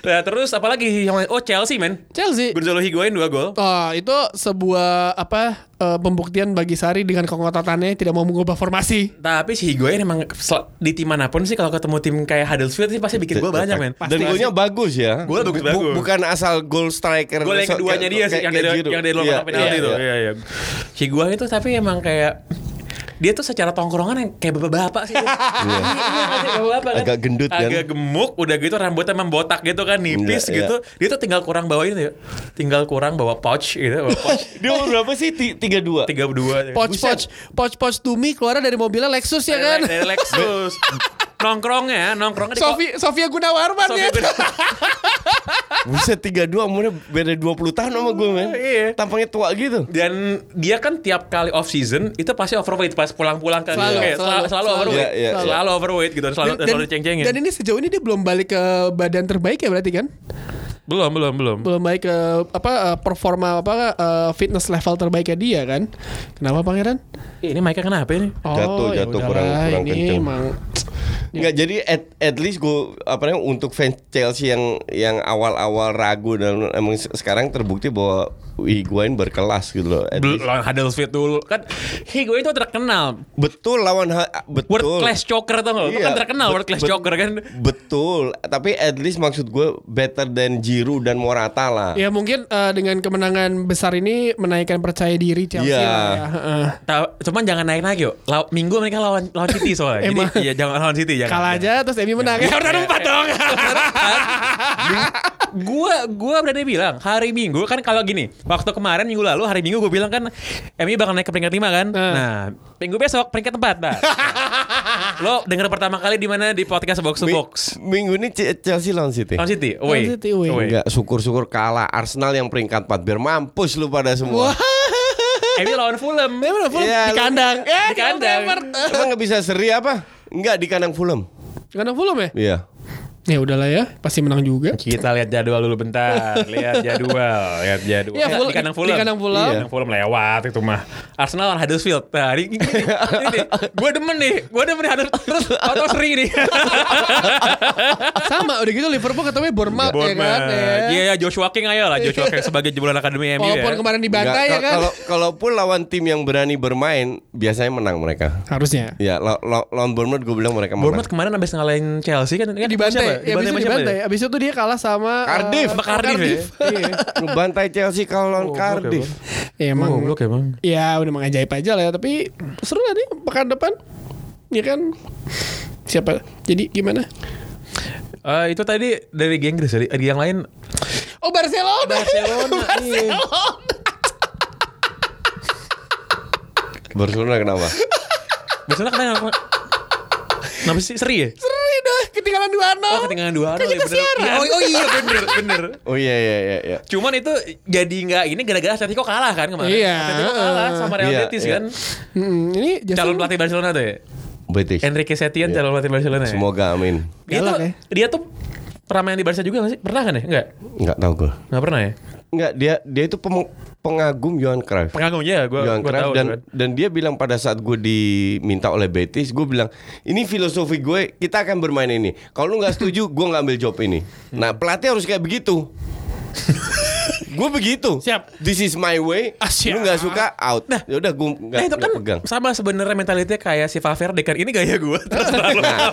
Speaker 1: Nah terus apalagi yang lain? Oh Chelsea men.
Speaker 3: Chelsea.
Speaker 1: Gonzalo Higuain dua gol.
Speaker 3: Oh, itu sebuah apa eh, pembuktian bagi Sari dengan kengototannya tidak mau mengubah formasi.
Speaker 1: Tapi si Higuain emang sel- di tim manapun sih kalau ketemu tim kayak Huddersfield sih pasti bikin gol banyak men.
Speaker 2: Dan golnya bagus ya.
Speaker 1: Golnya bagus-bagus.
Speaker 2: bukan asal gol striker.
Speaker 1: Gol yang
Speaker 2: so-
Speaker 1: keduanya dia sih
Speaker 2: kayak-
Speaker 1: yang
Speaker 2: kayak
Speaker 1: dari
Speaker 2: Giroud.
Speaker 1: yang dari luar
Speaker 2: Iya,
Speaker 1: kotak penalti
Speaker 2: iya,
Speaker 1: itu.
Speaker 2: iya.
Speaker 1: Iya iya. Higuain itu tapi emang kayak dia tuh secara tongkrongan yang kayak bapak-bapak [laughs] sih. Iya, iya, pasti bapak-bapak kan.
Speaker 2: Agak gendut kan.
Speaker 1: Agak gemuk, udah gitu rambutnya emang botak gitu kan, nipis
Speaker 2: Iya, iya.
Speaker 1: gitu. Dia tuh tinggal kurang bawa ini ya. Tinggal kurang bawa pouch gitu, bawa pouch
Speaker 2: [laughs] Dia umur berapa sih? Ti- 32.
Speaker 1: 32.
Speaker 3: Poch poch poch poch Tumi keluar dari mobilnya Lexus ya
Speaker 1: Dari-
Speaker 3: kan.
Speaker 1: Dari
Speaker 2: [laughs]
Speaker 1: Lexus. nongkrongnya, nongkrongnya di
Speaker 3: Sofia Sofia Gunawarman
Speaker 1: Sofi
Speaker 3: ya.
Speaker 1: Gunawan.
Speaker 2: Buset 32 umurnya beda 20 tahun sama gue men.
Speaker 1: Iya.
Speaker 2: Tampangnya tua gitu.
Speaker 1: Dan dia kan tiap kali off season itu pasti overweight pas pulang-pulang kan.
Speaker 3: Selalu, selalu,
Speaker 1: Eh, selalu, selalu
Speaker 3: selalu,
Speaker 1: overweight.
Speaker 2: Iya, iya,
Speaker 1: Selalu overweight gitu, selalu
Speaker 3: dan,
Speaker 1: selalu
Speaker 3: dan-
Speaker 1: ceng-cengin.
Speaker 3: dan ini sejauh ini dia belum balik ke badan terbaik ya berarti kan?
Speaker 1: belum, belum, belum.
Speaker 3: Belum balik ke apa eh, performa apa eh, fitness level terbaiknya dia kan? Kenapa pangeran?
Speaker 1: Ini Mike kenapa ini?
Speaker 2: Jatuh,
Speaker 3: ya
Speaker 2: jatuh,
Speaker 3: udahlah,
Speaker 2: kurang- kurang
Speaker 3: ini
Speaker 2: kenceng.
Speaker 3: Emang,
Speaker 2: Enggak jadi at, at least gue apa namanya untuk fans Chelsea yang yang awal-awal ragu dan emang se- sekarang terbukti bahwa Higuain berkelas gitu loh. At least.
Speaker 1: Belum Huddersfield dulu kan Higo itu terkenal
Speaker 2: Betul lawan ha- betul.
Speaker 1: World class choker tau gak? Itu
Speaker 2: Iya.
Speaker 1: kan terkenal
Speaker 2: Bet-
Speaker 1: world class
Speaker 2: bet-
Speaker 1: choker kan
Speaker 2: Betul, tapi at least maksud gue better than Giroud dan Morata lah.
Speaker 3: ya mungkin eh, dengan kemenangan besar ini menaikkan percaya diri Chelsea
Speaker 2: Iya.
Speaker 3: lah ya. Heeh.
Speaker 1: Ta- Cuman jangan naik-naik yuk Lau- Minggu mereka lawan lawan City soalnya Jadi
Speaker 3: Emang.
Speaker 1: ya, Iya. jangan lawan City jangan,
Speaker 3: Kalah aja terus Emi menang. Ya [laughs] udah empat dong.
Speaker 1: kan gua gua berani bilang hari Minggu kan kalau gini waktu kemarin minggu lalu hari Minggu gua bilang kan MU bakal naik ke peringkat 5 kan nah minggu besok peringkat 4 nah lo denger pertama kali di mana di podcast box to
Speaker 2: Mi-
Speaker 1: box
Speaker 2: Minggu ini C- Chelsea lawan City.
Speaker 1: Lawan City away
Speaker 3: Lawan City, away.
Speaker 2: Enggak, syukur-syukur kalah Arsenal yang peringkat 4 biar mampus lu pada semua.
Speaker 1: MU lawan Fulham
Speaker 3: Emang udah full di
Speaker 2: Iya, lu-
Speaker 3: kandang. Eh,
Speaker 1: Di kandang.
Speaker 2: Emang nggak bisa seri apa? Enggak di kandang Fulham.
Speaker 3: Di kandang Fulham ya?
Speaker 2: Iya.
Speaker 3: Ya udahlah ya, pasti menang
Speaker 1: [laughs]
Speaker 3: juga.
Speaker 1: kita lihat jadwal dulu bentar lihat jadwal lihat jadwal
Speaker 3: Iya, Fulham-
Speaker 1: di kandang
Speaker 3: di
Speaker 1: Fulham
Speaker 3: kandang Fulham.
Speaker 1: Di kandang Fulham lewat itu mah Arsenal lawan Huddersfield nah ini, ini, ini gue demen nih gue demen nih Huddersfield terus atau seri
Speaker 3: [laughs]
Speaker 1: nih
Speaker 3: Sama udah gitu Liverpool ketemu Bournemouth, ya kan.
Speaker 1: Bournemouth.
Speaker 3: Ya.
Speaker 1: Iya ya Joshua King ayo lah Joshua King sebagai jebolan akademi MU
Speaker 3: Walaupun
Speaker 1: ya.
Speaker 3: kemarin
Speaker 2: Enggak,
Speaker 3: dibantai ya
Speaker 2: kal-
Speaker 3: kan.
Speaker 2: Kalau kalaupun lawan tim yang berani bermain, biasanya menang mereka.
Speaker 3: Harusnya.
Speaker 2: Ya, lo- lo- lawan Bournemouth gue bilang mereka menang.
Speaker 1: Bournemouth kemarin abis ngalahin Chelsea kan kan siapa?
Speaker 3: dibantai. Ya, abis
Speaker 1: sama
Speaker 3: itu
Speaker 1: siapa
Speaker 3: dibantai. Abis itu dia kalah sama
Speaker 2: Cardiff.
Speaker 3: eh,
Speaker 1: Sama Cardiff,
Speaker 3: Iya.
Speaker 2: [laughs] Ngebantai Chelsea kalau lawan
Speaker 1: Goblok ya,
Speaker 2: Cardiff.
Speaker 1: Bang.
Speaker 3: Ya, emang.
Speaker 1: Goblok ya, Bang.
Speaker 3: Ya udah emang ajaib aja lah ya. Tapi seru lah nih pekan depan. Ya kan. Siapa? Jadi gimana?
Speaker 1: Eh, itu tadi dari geng Inggris dari, dari yang lain
Speaker 3: Oh Barcelona.
Speaker 1: Barcelona,
Speaker 3: [laughs] Barcelona.
Speaker 1: iya.
Speaker 2: Barcelona kenapa?
Speaker 1: Barcelona kemarin apa? kan Kenapa sih seri ya?
Speaker 3: Seri dah ketinggalan 2-0.
Speaker 1: Oh ketinggalan dua
Speaker 3: Oh, Kan kita siaran.
Speaker 1: Oh, oh iya bener bener.
Speaker 2: Oh iya iya iya iya.
Speaker 1: Cuman itu jadi nggak ini gara-gara Atletico kalah kan kemarin.
Speaker 3: Iya.
Speaker 1: Atletico kalah sama Real
Speaker 2: Iya,
Speaker 1: Betis
Speaker 2: iya.
Speaker 1: kan.
Speaker 3: Mm, ini Justin-
Speaker 1: Calon pelatih Barcelona tuh ya.
Speaker 2: Betis.
Speaker 1: Enrique Setien
Speaker 2: Iya.
Speaker 1: calon pelatih Barcelona. Ya?
Speaker 2: Semoga amin.
Speaker 1: Dia
Speaker 3: Galak
Speaker 1: tuh,
Speaker 3: ya.
Speaker 1: dia tuh pernah main di Barca juga gak sih? Pernah kan ya? Enggak.
Speaker 2: Enggak tahu gue.
Speaker 1: Enggak pernah ya?
Speaker 2: Enggak, dia dia itu pem- pengagum Johan Cruyff.
Speaker 1: Pengagum ya, gue gue
Speaker 2: Johan Cruyff
Speaker 1: tahu.
Speaker 2: dan
Speaker 3: kan.
Speaker 1: Dan,
Speaker 2: dan dia bilang pada saat gue diminta oleh Betis gue bilang ini filosofi gue kita akan bermain ini kalau lu nggak setuju gue nggak ambil job ini nah pelatih harus kayak
Speaker 3: [laughs]
Speaker 2: begitu gue begitu
Speaker 3: Siap.
Speaker 2: this is my way
Speaker 3: Ah, siap.
Speaker 2: lu nggak suka out
Speaker 1: Nah.
Speaker 2: ya udah gue nggak
Speaker 1: nah itu
Speaker 2: nggak
Speaker 1: kan
Speaker 2: pegang
Speaker 3: [laughs]
Speaker 1: sama sebenarnya mentalitinya kayak si Valverde kan ini gaya
Speaker 2: [laughs]
Speaker 1: gue terus lalu
Speaker 2: nah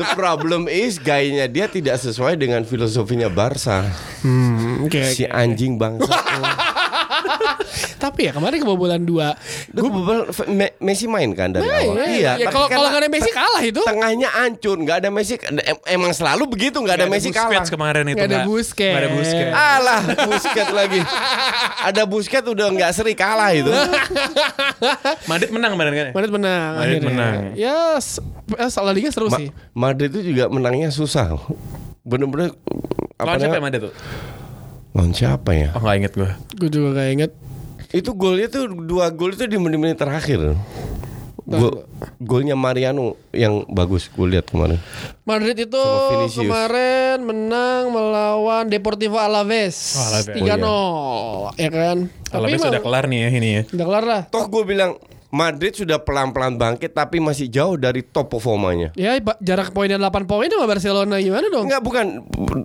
Speaker 2: the problem is gayanya dia tidak sesuai dengan filosofinya Barca
Speaker 3: Hmm, oke,
Speaker 2: si
Speaker 3: oke.
Speaker 2: anjing bangsa
Speaker 3: Tapi ya kemarin kebobolan dua.
Speaker 2: Lu bebel- Me- Messi main kan dari
Speaker 3: Main,
Speaker 2: awal
Speaker 3: ya. Ya,
Speaker 2: tapi
Speaker 3: kalau
Speaker 2: kan
Speaker 3: kalau nggak ada Messi kalah itu.
Speaker 2: tengahnya hancur nggak ada Messi em- emang selalu begitu nggak ada Messi kalah Ah.
Speaker 1: Busquets kemarin itu
Speaker 3: Nggak ada
Speaker 1: nggak-
Speaker 3: Busquets.
Speaker 1: nggak ada Busquets.
Speaker 2: alah Busket lagi ada Busket udah nggak seri kalah itu
Speaker 3: Nah,
Speaker 1: Madrid menang kemarin kan ya?
Speaker 3: Madrid menang.
Speaker 1: Madrid
Speaker 3: akhirnya.
Speaker 1: menang.
Speaker 3: Ya, s- eh, salah liga seru sih.
Speaker 2: Ma- Madrid itu juga menangnya susah bener-bener
Speaker 1: Lawan siapa ya
Speaker 2: namanya-
Speaker 1: Madrid tuh?
Speaker 2: lawan siapa ya
Speaker 1: Oh nggak inget gue
Speaker 3: Gue juga gak inget.
Speaker 2: itu golnya tuh dua gol itu di menit-menit terakhir Gol, golnya Mariano yang bagus gue lihat kemarin
Speaker 3: Madrid itu
Speaker 2: Sama Vinicius.
Speaker 3: kemarin menang melawan Deportivo Alaves.
Speaker 1: Oh, Alaves.
Speaker 3: 3-0. Ya kan?
Speaker 1: Alaves
Speaker 3: emang-
Speaker 1: sudah kelar nih ya ini ya
Speaker 3: Udah kelar lah.
Speaker 2: toh gue bilang Madrid sudah pelan-pelan bangkit tapi masih jauh dari top performanya
Speaker 3: Ya, ba- jarak poinnya 8 poin sama Barcelona gimana dong?
Speaker 2: Enggak bukan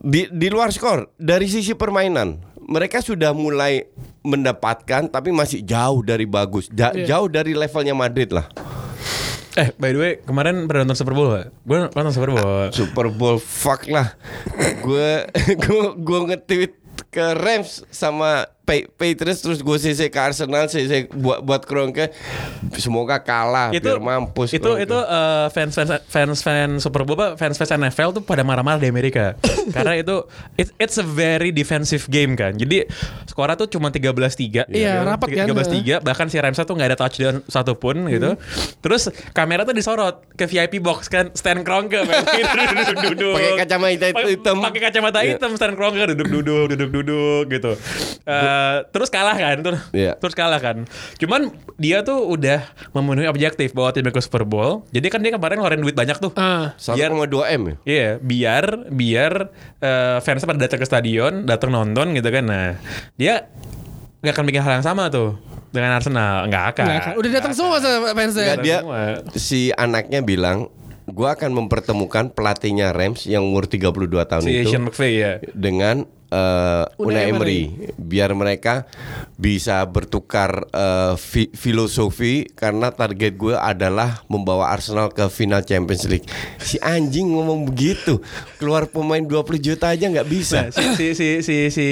Speaker 2: di di luar skor dari sisi permainan mereka sudah mulai mendapatkan tapi masih jauh dari bagus Ja-
Speaker 3: Iya.
Speaker 2: jauh dari levelnya Madrid lah
Speaker 1: Eh by the way kemarin pernah nonton Super Bowl gak? Gue nonton Super Bowl
Speaker 2: Super Bowl [laughs] fuck lah gue gue gue nge-tweet ke Rams sama Pay- Patriots terus gue CC ke Arsenal CC buat buat Kroenke semoga kalah
Speaker 1: itu
Speaker 2: Ah, biar mampus
Speaker 1: itu
Speaker 2: Kroenke.
Speaker 1: itu eh, fans fans fans fans Super Bowl apa fans fans NFL tuh pada marah-marah di
Speaker 2: [coughs]
Speaker 1: Amerika karena itu it- it's a very defensive game kan jadi skornya tuh cuma 13-3
Speaker 3: Iya,
Speaker 1: kan?
Speaker 3: rapat kan?
Speaker 1: 13-3 bahkan si Ramsey tuh nggak ada touchdown
Speaker 2: Hmm.
Speaker 1: satupun gitu terus kamera tuh disorot ke VIP box kan Stan Kroenke
Speaker 2: [laughs]
Speaker 1: men. duduk-duduk
Speaker 2: Pakai kacamata
Speaker 1: Pakai-
Speaker 2: hitam.
Speaker 1: pakai kacamata
Speaker 2: Iya.
Speaker 1: hitam Stan Kroenke duduk-duduk duduk-duduk gitu Eh, terus kalah kan terus
Speaker 2: Iya.
Speaker 1: terus kalah kan. Cuman dia tuh udah memenuhi objektif bahwa timnya ke Super Bowl. Jadi kan dia kemarin ngeluarin duit banyak tuh.
Speaker 3: Ah.
Speaker 1: biar
Speaker 2: 1,2 m ya
Speaker 1: Iya, biar biar eh, fansnya pada datang ke stadion, datang nonton gitu kan. Nah, dia nggak akan bikin hal yang sama tuh dengan Arsenal, nggak akan.
Speaker 3: Nggak akan. Nah, kan Udah datang semua ya. fansnya.
Speaker 2: Nggak, dia
Speaker 1: semua.
Speaker 2: si anaknya bilang gue akan mempertemukan pelatihnya Rams yang umur 32 tahun
Speaker 1: Si
Speaker 2: itu
Speaker 1: Sean McVay ya.
Speaker 2: dengan eh,
Speaker 3: Unai
Speaker 2: Unai Emery biar mereka bisa bertukar eh, fi- filosofi karena target gue adalah membawa Arsenal ke final Champions League. Si anjing ngomong begitu. Keluar pemain 20 juta aja nggak bisa.
Speaker 1: Nah, si, si, si, si, si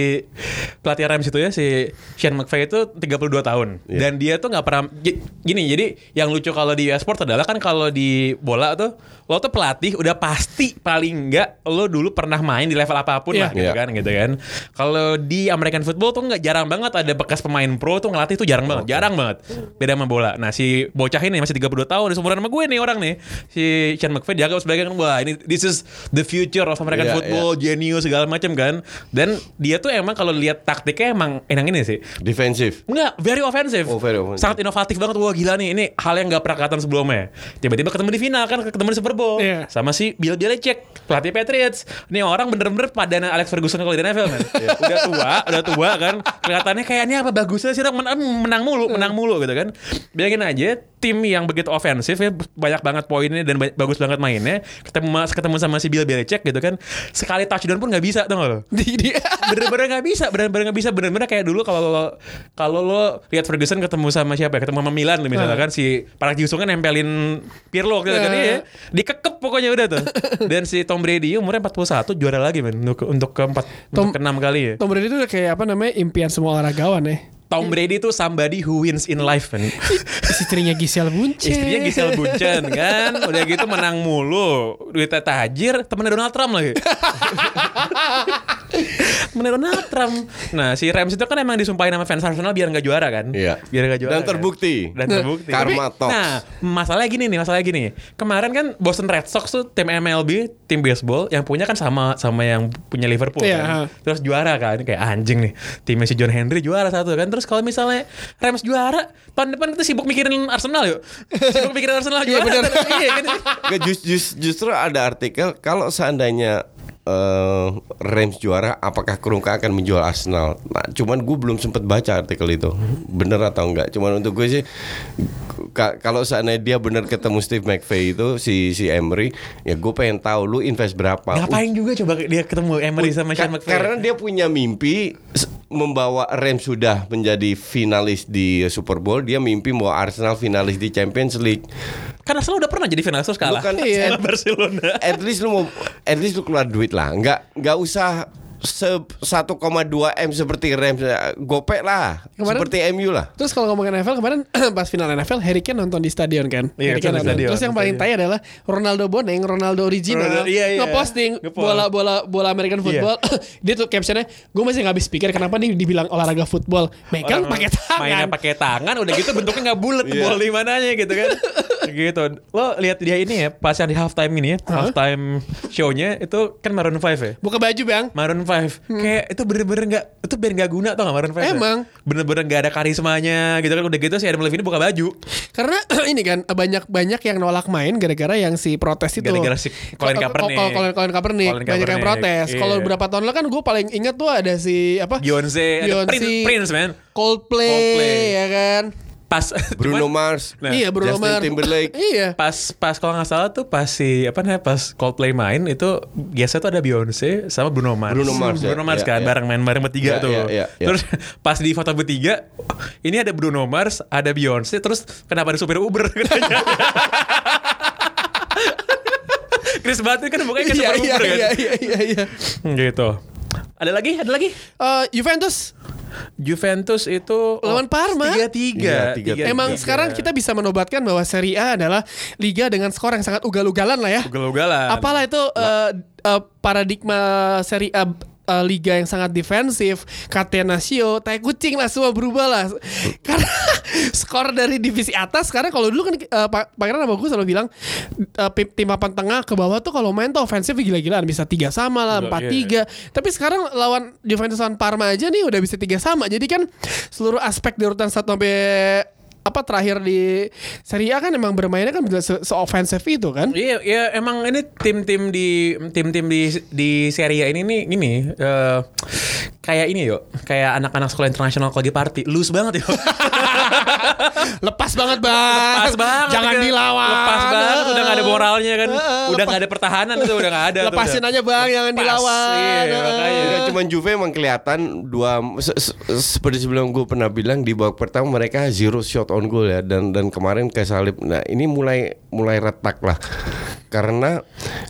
Speaker 1: pelatih Rams itu ya si Sean McVay itu 32 tahun
Speaker 2: Iya.
Speaker 1: dan dia tuh nggak pernah gi- gini jadi yang lucu kalau di US sport adalah kan kalau di bola tuh lo tuh pelatih udah pasti paling nggak lo dulu pernah main di level apapun lah
Speaker 3: Iya.
Speaker 1: gitu
Speaker 2: Iya.
Speaker 1: kan gitu kan kalau di American football tuh nggak jarang banget ada bekas pemain pro tuh ngelatih tuh jarang banget jarang banget beda sama bola nah si bocah ini masih 32 tahun seumuran sama gue nih orang nih si Sean McVay dianggap sebagai kan, wah ini this is the future of American
Speaker 2: Iya, iya.
Speaker 1: kan football genius segala macam kan. Dan dia tuh emang kalau lihat taktiknya emang enang ini sih.
Speaker 2: Defensif.
Speaker 1: Enggak, very offensive.
Speaker 2: Oh, very offensive.
Speaker 1: Sangat inovatif banget. Wah gila nih, ini hal yang gak pernah kelihatan sebelumnya. Tiba-tiba ketemu di final kan, ketemu di Super Bowl.
Speaker 3: Iya.
Speaker 1: Sama si Bill Belichick, pelatih Patriots. Nih orang bener-bener padanan Alex Ferguson kalau di NFL, man.
Speaker 2: Iya.
Speaker 1: udah tua, udah tua kan. Kelihatannya kayaknya apa bagusnya sih, orang menang, menang mulu, menang mulu gitu kan. Bilangin aja, tim yang begitu offensif ya, banyak banget poinnya dan ba- bagus banget mainnya. Ketemu ketemu sama si Bill Belichick gitu kan. Sekali touchdown pun gak bisa, tau gak lo?
Speaker 3: [laughs] Di, di, [laughs]
Speaker 1: bener-bener nggak bisa bener-bener nggak bisa bener-bener kayak dulu kalau lo kalau lo lihat Ferguson ketemu sama siapa ya ketemu sama Milan lo misalnya kan si Park Ji Sung kan nempelin Pirlo waktu itu kan
Speaker 3: Ah.
Speaker 1: iya dikekep pokoknya udah tuh dan si Tom Brady umurnya 41 juara lagi men untuk untuk keempat
Speaker 3: Tom-
Speaker 1: untuk keenam kali ya
Speaker 3: Tom Brady itu udah kayak apa namanya impian semua olahragawan ya.
Speaker 1: Tom Brady tuh somebody who wins in life men
Speaker 3: Istrinya Gisel Bunce.
Speaker 1: istrinya Gisel Bunchen kan udah gitu menang mulu duitnya tajir temennya Donald Trump lagi temennya Donald Trump nah si Rams itu kan emang disumpahin sama fans Arsenal biar nggak juara kan
Speaker 2: Iya.
Speaker 1: biar nggak juara
Speaker 2: Dan
Speaker 1: kan?
Speaker 2: terbukti.
Speaker 1: dan terbukti
Speaker 2: Karma
Speaker 1: Tapi-
Speaker 2: Talks.
Speaker 1: nah masalahnya gini nih masalahnya gini kemarin kan Boston Red Sox tuh tim MLB tim baseball yang punya kan sama sama yang punya Liverpool
Speaker 3: Iya.
Speaker 1: kan terus juara kan kayak anjing nih timnya si John Henry juara satu kan terus kalau misalnya Rams juara tahun depan kita sibuk mikirin Arsenal yuk sibuk mikirin Arsenal
Speaker 3: Iya,
Speaker 1: juara
Speaker 3: bener.
Speaker 1: [laughs] iya kan
Speaker 2: Nggak, jus- jus- justru ada artikel kalau seandainya eh, Rams juara, apakah Kerungka akan menjual Arsenal? Nah, cuman gue belum sempat baca artikel itu, bener atau enggak? Cuman untuk gue sih, ka- kalau seandainya dia bener ketemu Steve McVay itu si si Emery, ya gue pengen tahu lu invest berapa?
Speaker 1: ngapain juga coba dia ketemu Emery sama
Speaker 2: Ka-
Speaker 1: Sean McVay
Speaker 2: Karena dia punya mimpi s- membawa Rams sudah menjadi finalis di Super Bowl, dia mimpi bahwa Arsenal finalis di Champions League.
Speaker 1: karena Kan Arsenal udah pernah jadi finalis terus kalah
Speaker 2: Bukan,
Speaker 3: iya.
Speaker 1: [laughs] sama Barcelona
Speaker 2: at least lu mau at least lu keluar duit lah nggak nggak usah se 1,2 m seperti rem gopek lah
Speaker 3: Kemarin-
Speaker 2: seperti mu lah
Speaker 3: Terus kalau ngomongin NFL kemarin [clears throat] pas final NFL Harry Kane nonton di stadion kan.
Speaker 1: Iya,
Speaker 3: Harry Kane
Speaker 1: nonton
Speaker 3: nonton.
Speaker 1: di stadion,
Speaker 3: Terus yang paling
Speaker 1: nonton iya.
Speaker 3: tai adalah Ronaldo Boneng, Ronaldo original.
Speaker 1: Ronaldo- iya, iya.
Speaker 3: Ngeposting
Speaker 1: Ngepost. Iya.
Speaker 3: bola-bola bola American football. [clears throat] dia tuh captionnya, gue masih nggak habis pikir kenapa nih dibilang olahraga football. Megang
Speaker 1: Orang
Speaker 3: pakai tangan.
Speaker 1: mainnya pakai tangan udah gitu bentuknya nggak bulat
Speaker 2: Iya.
Speaker 1: bol di mananya gitu kan gitu lo lihat dia ini ya pas yang di halftime ini ya halftime show-nya itu kan Maroon 5 ya
Speaker 3: Buka baju bang.
Speaker 1: Maroon 5 Kayak itu bener-bener gak Itu band gak guna tau gak Maroon 5 ya?
Speaker 3: Hmm. Emang.
Speaker 1: Bener-bener gak ada karismanya gitu kan Udah gitu si Adam Levine buka baju
Speaker 3: Karena [clears throat] ini kan banyak-banyak yang nolak main gara-gara yang si protes itu.
Speaker 1: Gara-gara si Colin Kaepernick.
Speaker 3: Ko- ko- Colin, Colin Kaepernick.
Speaker 1: Colin
Speaker 3: Banyak yang
Speaker 1: Kaepernick,
Speaker 3: protes.
Speaker 1: iya.
Speaker 3: Kalau berapa tahun lalu kan gue paling ingat tuh ada si apa?
Speaker 1: Beyonce, ada Prince- Prince, man.
Speaker 3: Coldplay,
Speaker 1: Coldplay.
Speaker 3: ya kan.
Speaker 1: Pas [laughs]
Speaker 2: Bruno
Speaker 1: cuman-
Speaker 2: Mars
Speaker 1: Nah,
Speaker 3: iya Bruno
Speaker 2: Justin
Speaker 3: Mars.
Speaker 2: Timberlake.
Speaker 3: [laughs] Iya.
Speaker 1: pas pas kalau nggak salah tuh pas si apa namanya pas Coldplay main itu biasa tuh ada Beyonce sama Bruno Mars.
Speaker 2: Bruno Mars, ya.
Speaker 1: Bruno Mars
Speaker 2: Iya,
Speaker 1: kan
Speaker 2: iya.
Speaker 1: bareng main bareng bertiga
Speaker 2: Iya,
Speaker 1: tuh.
Speaker 2: iya, iya, iya.
Speaker 1: Terus [laughs] pas di foto bertiga ini ada Bruno Mars, ada Beyonce, terus kenapa ada supir Uber [laughs] katanya. Chris Batu kan bukannya kan
Speaker 3: Iya,
Speaker 1: supir
Speaker 3: iya,
Speaker 1: Uber kan.
Speaker 3: iya, iya, iya, iya.
Speaker 1: Gitu. Ada lagi? Ada lagi?
Speaker 3: Eh, Juventus
Speaker 1: Juventus itu
Speaker 3: Lawan Parma.
Speaker 1: tiga tiga.
Speaker 2: Iya, tiga-tiga.
Speaker 3: Emang sekarang kita bisa menobatkan bahwa Serie A adalah liga dengan skor yang sangat ugal-ugalan lah ya.
Speaker 1: ugal-ugalan.
Speaker 3: Apalah itu eh, eh, paradigma Serie A eh, liga yang sangat defensif, Catenaccio, tai kucing lah semua berubah lah. [laughs] Karena skor dari divisi atas sekarang kalau dulu kan eh, Pak Pangeran sama gue selalu bilang eh, pi- tim papan tengah ke bawah tuh kalau main tuh ofensif gila-gilaan bisa tiga sama lah,
Speaker 1: Betul,
Speaker 3: empat
Speaker 1: iya,
Speaker 3: tiga. Tapi sekarang lawan Juventus lawan Parma aja nih udah bisa tiga sama. Jadi kan seluruh aspek dari urutan 1 sampai apa terakhir di Serie A kan emang bermainnya kan se, offensif itu kan.
Speaker 1: Iya, ya emang ini tim-tim di tim-tim di di Serie A ini nih gini eh, kayak ini yuk, kayak anak-anak sekolah internasional kalau di party, loose
Speaker 3: [laughs]
Speaker 1: banget yuk.
Speaker 3: Lepas banget bang
Speaker 1: Lepas banget.
Speaker 3: Jangan
Speaker 1: Udah-
Speaker 3: dilawan
Speaker 1: Lepas banget, udah gak ada moralnya kan.
Speaker 3: Heeh,
Speaker 1: udah
Speaker 3: lepas-
Speaker 1: gak ada pertahanan itu udah gak ada. tuh,
Speaker 3: Lepasin
Speaker 1: udah.
Speaker 3: aja bang Jangan
Speaker 1: Lepas,
Speaker 3: dilawan
Speaker 1: iya, makanya.
Speaker 3: Heeh.
Speaker 1: Iya.
Speaker 2: Enggak cuman Juve emang kelihatan dua se- se- seperti sebelum gue pernah bilang di babak pertama mereka zero shot on goal ya dan dan kemarin ke Salib. Nah, ini mulai mulai retak lah. Karena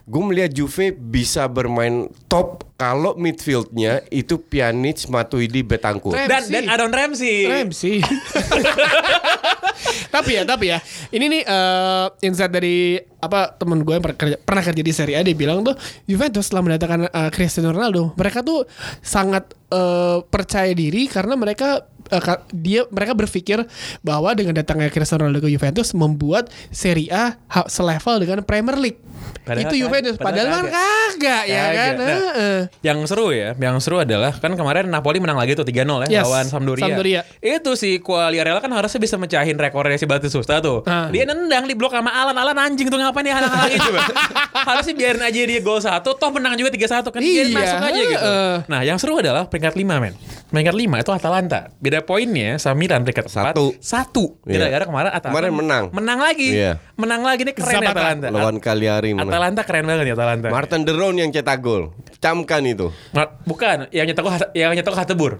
Speaker 2: gue melihat Juve bisa bermain top kalau midfieldnya itu Pjanic, Matuidi, Betancourt.
Speaker 3: Tre-
Speaker 1: Dan
Speaker 3: Ramsey.
Speaker 1: dan Adon Ramsey.
Speaker 3: Rem sih [laughs] tapi ya tapi ya ini nih eh, insight dari apa temen gue yang per- kerja- pernah kerja di Serie A dia bilang tuh Juventus setelah mendatangkan eh, Cristiano Ronaldo mereka tuh sangat eh, percaya diri karena mereka eh, ka- dia mereka berpikir bahwa dengan datangnya Cristiano Ronaldo ke Juventus membuat Serie A ha- selevel dengan Premier League
Speaker 1: Padahal
Speaker 3: itu
Speaker 1: kag-
Speaker 3: Juventus padahal,
Speaker 1: padahal
Speaker 3: kan kagak ya kan
Speaker 1: Kagak. Nah,
Speaker 3: Heeh.
Speaker 1: Yang seru ya, yang seru adalah kan kemarin Napoli menang lagi tuh 3-0 ya
Speaker 3: Yes,
Speaker 1: lawan Sampdoria.
Speaker 3: Sampdoria.
Speaker 1: Itu si Quagliarella kan harusnya bisa mecahin rekornya si Batu Susta tuh.
Speaker 3: Ah.
Speaker 1: Dia nendang di blok sama Alan, Alan anjing tuh ngapain dia halang-halangin coba.
Speaker 3: [laughs]
Speaker 1: harusnya biarin aja dia gol satu, toh menang juga 3-1 kan biarin
Speaker 3: Iya,
Speaker 1: masuk aja gitu.
Speaker 3: heeh.
Speaker 1: Nah, yang seru adalah peringkat 5 men. Peringkat 5 itu Atalanta. Beda poinnya sama Milan peringkat 4.
Speaker 2: Satu.
Speaker 1: Satu.
Speaker 2: Iya.
Speaker 1: Gara-gara kemarin Atalanta
Speaker 2: Kemarin menang.
Speaker 1: Menang lagi.
Speaker 2: Iya.
Speaker 1: Menang lagi nih keren
Speaker 3: Zapata.
Speaker 1: Atalanta.
Speaker 2: Lawan Cagliari menang.
Speaker 1: Atalanta keren banget ya Atalanta.
Speaker 2: Martin Deron yang cetak gol. Camkan itu.
Speaker 1: Ma- bukan, yang nyetok gua- yang nyetok gua Hatebur.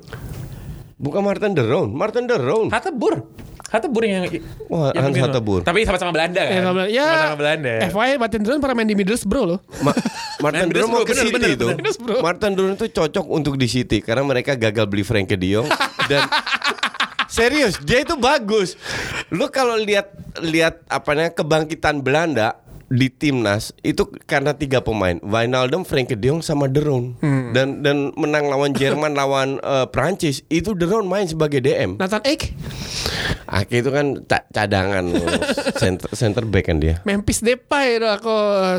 Speaker 2: Bukan Martin Deron, Martin Deron.
Speaker 1: Hatebur. Hatebur yang
Speaker 2: Wah,
Speaker 1: yang
Speaker 2: Hans
Speaker 1: pemain.
Speaker 2: Hatebur.
Speaker 1: Tapi sama-sama Belanda kan?
Speaker 3: Ya, sama Belanda. Ya,
Speaker 1: Sama-sama Belanda.
Speaker 3: FYI Martin Drone pernah main di Middlesbrough loh.
Speaker 2: Ma-
Speaker 1: Nah,
Speaker 2: Martin Duran mau
Speaker 1: bener,
Speaker 2: ke
Speaker 1: bener, bener,
Speaker 2: City itu.
Speaker 1: bener,
Speaker 3: bro.
Speaker 2: Martin Duran itu cocok untuk di City karena mereka gagal beli Frankie De Jong dan serius dia itu bagus. Lu kalau lihat lihat apanya kebangkitan Belanda di timnas itu karena tiga pemain Wijnaldum, Frankie De Jong sama Deron
Speaker 1: Hmm.
Speaker 2: dan dan menang lawan Jerman [laughs] lawan eh, Prancis itu Deron main sebagai DM.
Speaker 3: Nathan Ake,
Speaker 2: Aki itu kan ca- cadangan loh. center center back kan dia.
Speaker 3: Memphis Depay itu aku.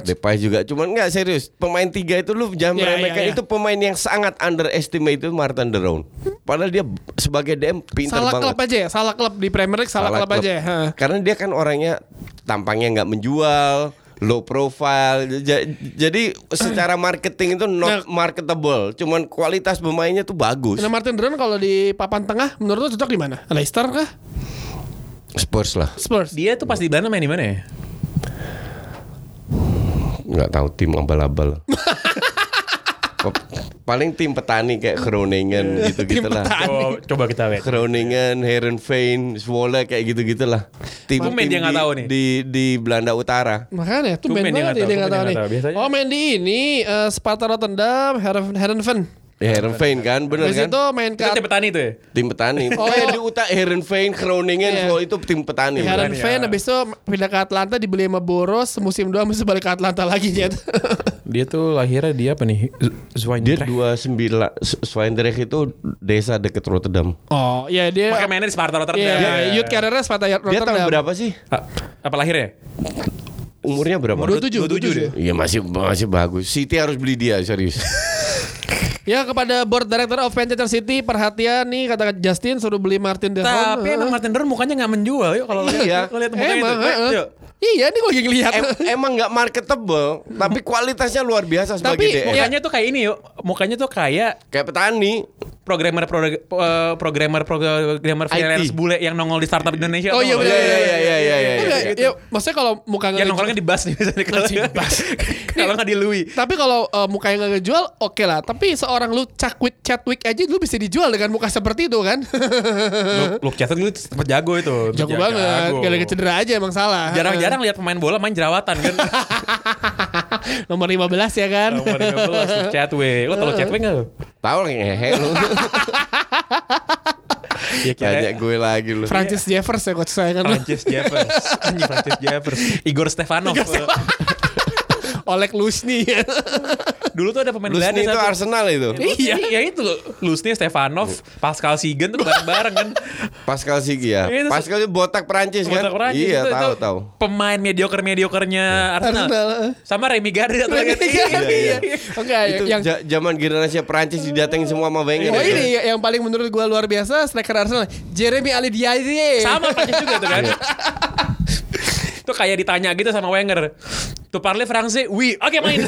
Speaker 2: Depay juga cuman nggak serius pemain tiga itu lu jangan
Speaker 3: Ya,
Speaker 2: meremehkan
Speaker 3: ya, ya.
Speaker 2: itu pemain yang sangat underestimate itu Martin Deron padahal dia b- sebagai DM pinter
Speaker 3: Salah
Speaker 2: banget
Speaker 3: klub aja ya, salah klub di Premier League salah, klub, aja ya. Ha.
Speaker 2: karena dia kan orangnya tampangnya nggak menjual low profile Ja- jadi secara marketing itu
Speaker 3: Nah.
Speaker 2: not marketable cuman kualitas pemainnya tuh bagus
Speaker 3: Nah Martin Drone kalau di papan tengah menurut lo cocok di mana? Leicester kah?
Speaker 2: Spurs lah
Speaker 3: Spurs.
Speaker 1: Dia tuh pas di Belanda main di mana ya?
Speaker 2: nggak tahu tim
Speaker 1: [laughs]
Speaker 2: abal-abal Pa- paling tim petani kayak Groningen
Speaker 1: Iya,
Speaker 2: gitu-gitu lah
Speaker 1: Coba, coba kita lihat.
Speaker 2: Groningen, Herenveen, Zwolle kayak gitu-gitulah. Tim
Speaker 1: Tumben dia nggak tahu nih.
Speaker 2: Di di Belanda Utara.
Speaker 3: Makanya tuh
Speaker 1: Tuh
Speaker 3: main
Speaker 1: main dia
Speaker 3: banget ya,
Speaker 1: nggak
Speaker 3: dia
Speaker 1: tahu,
Speaker 3: nggak tahu nih.
Speaker 1: tuh main dia nggak tahu. Biasanya-
Speaker 3: Oh main di ini eh, Sparta Rotterdam, Heren- Herenveen.
Speaker 2: Ya Herenveen kan, bener
Speaker 3: Di
Speaker 2: kan?
Speaker 3: situ main
Speaker 1: Itu tim
Speaker 3: ke
Speaker 1: petani tuh ya?
Speaker 2: Tim
Speaker 1: [laughs]
Speaker 2: petani.
Speaker 3: Oh.
Speaker 2: Oh, di Utara Herenveen, Groningen,
Speaker 3: Iya.
Speaker 2: Zwolle itu tim petani.
Speaker 3: Herenveen,
Speaker 1: Herenveen, ya.
Speaker 3: habis itu pindah ke Atlanta dibeli sama Boros, musim dua musim balik ke Atlanta lagi
Speaker 1: [laughs]
Speaker 3: ya.
Speaker 1: Dia tuh lahirnya dia apa nih?
Speaker 2: Dia dua sembilan. Zwijndrecht itu desa deket Rotterdam.
Speaker 3: oh, ya dia
Speaker 1: Makanya mainnya di Sparta Rotterdam.
Speaker 3: Iya, youth karirnya Sparta
Speaker 2: Dia
Speaker 3: Rotterdam.
Speaker 2: tahun berapa sih?
Speaker 1: Ah, Apa lahirnya?
Speaker 2: Umurnya berapa?
Speaker 3: 27, 27.
Speaker 1: 27 dia.
Speaker 2: Iya masih masih bagus. City harus beli dia serius.
Speaker 3: Ya kepada board director of Manchester City perhatian nih kata Justin suruh beli Martin De Roon.
Speaker 1: Tapi emang Martin Deron mukanya gak menjual yuk kalau lihat
Speaker 2: Iya.
Speaker 1: kalau lihat mukanya
Speaker 3: Iya. emang
Speaker 1: itu.
Speaker 3: heeh.
Speaker 1: Yuk.
Speaker 3: iya ini gue lagi ngelihat.
Speaker 2: Em- Iya,
Speaker 3: [laughs]
Speaker 2: emang nggak marketable, tapi kualitasnya luar biasa sebagai
Speaker 3: Tapi,
Speaker 2: DM.
Speaker 3: ya-
Speaker 1: Mukanya tuh kayak ini yuk. Mukanya tuh kayak
Speaker 2: Kayak petani.
Speaker 1: programmer prog- eh, programmer programmer freelance
Speaker 2: IT.
Speaker 1: bule yang nongol di startup Indonesia.
Speaker 3: Oh,
Speaker 1: tau
Speaker 3: iya,
Speaker 1: nggak?
Speaker 3: bener.
Speaker 2: Iya iya iya iya iya.
Speaker 3: Enggak,
Speaker 2: iya.
Speaker 3: ya, maksudnya kalau muka
Speaker 1: gitu. Ya
Speaker 3: nggak ngejual-
Speaker 1: nongkrongnya di bus nih biasanya kalau di bus. [laughs] Kalau nggak di Louis.
Speaker 3: tapi kalau eh, muka yang nggak ngejual oke lah. Tapi seorang lu Chadwick Chadwick aja lu bisa dijual dengan muka seperti itu kan.
Speaker 2: Uh-huh.
Speaker 1: Lu catat dulu sempet Ya, jago itu.
Speaker 3: jago banget. Gara-gara cedera aja emang salah. Eh,
Speaker 1: Jarang-jarang lihat pemain bola main jerawatan kan.
Speaker 3: Nomor 15 ya kan.
Speaker 1: Oh,
Speaker 3: [laughs]
Speaker 1: Nomor 15 Chatway. Lo tau Chatway nggak? lo?
Speaker 2: Tahu lah ngehe lu.
Speaker 1: Ya
Speaker 2: Tanya
Speaker 1: kira
Speaker 2: gue lagi lu.
Speaker 3: Francis Jeffers ya coach saya kan.
Speaker 1: Francis Jeffers. Anjing Francis Jeffers. Igor Stefanov.
Speaker 3: Oleg Lushny.
Speaker 1: Dulu tuh ada pemain
Speaker 2: Lu
Speaker 1: Belanda
Speaker 2: sini itu
Speaker 1: satu.
Speaker 2: Arsenal itu.
Speaker 1: Iya, iya itu loh. Lusni Stefanov, Pascal Sigen tuh bareng-bareng kan.
Speaker 2: Pascal Sigi ya.
Speaker 1: Iya, itu-
Speaker 2: Pascal itu botak Perancis kan?
Speaker 1: Botak Perancis
Speaker 2: Iya,
Speaker 1: gitu, itu-
Speaker 2: tahu
Speaker 1: itu
Speaker 2: tahu.
Speaker 1: Pemain mediocre-mediokernya Arsenal.
Speaker 3: Arsenal. eh.
Speaker 1: Sama Remy Gade satu lagi.
Speaker 3: [laughs] Iya. Enggak
Speaker 2: Itu
Speaker 3: yang
Speaker 2: ja- zaman generasi Perancis didatengin semua sama Wenger.
Speaker 3: Oh
Speaker 2: itu.
Speaker 3: ini ya- yang paling menurut gue luar biasa striker Arsenal Jeremy Alidiaye.
Speaker 1: Sama Prancis juga tuh kan.
Speaker 2: Iya.
Speaker 1: [laughs] Itu kayak ditanya gitu sama Wenger. Tu parle français? Oui. Oke,
Speaker 2: [laughs]
Speaker 1: main.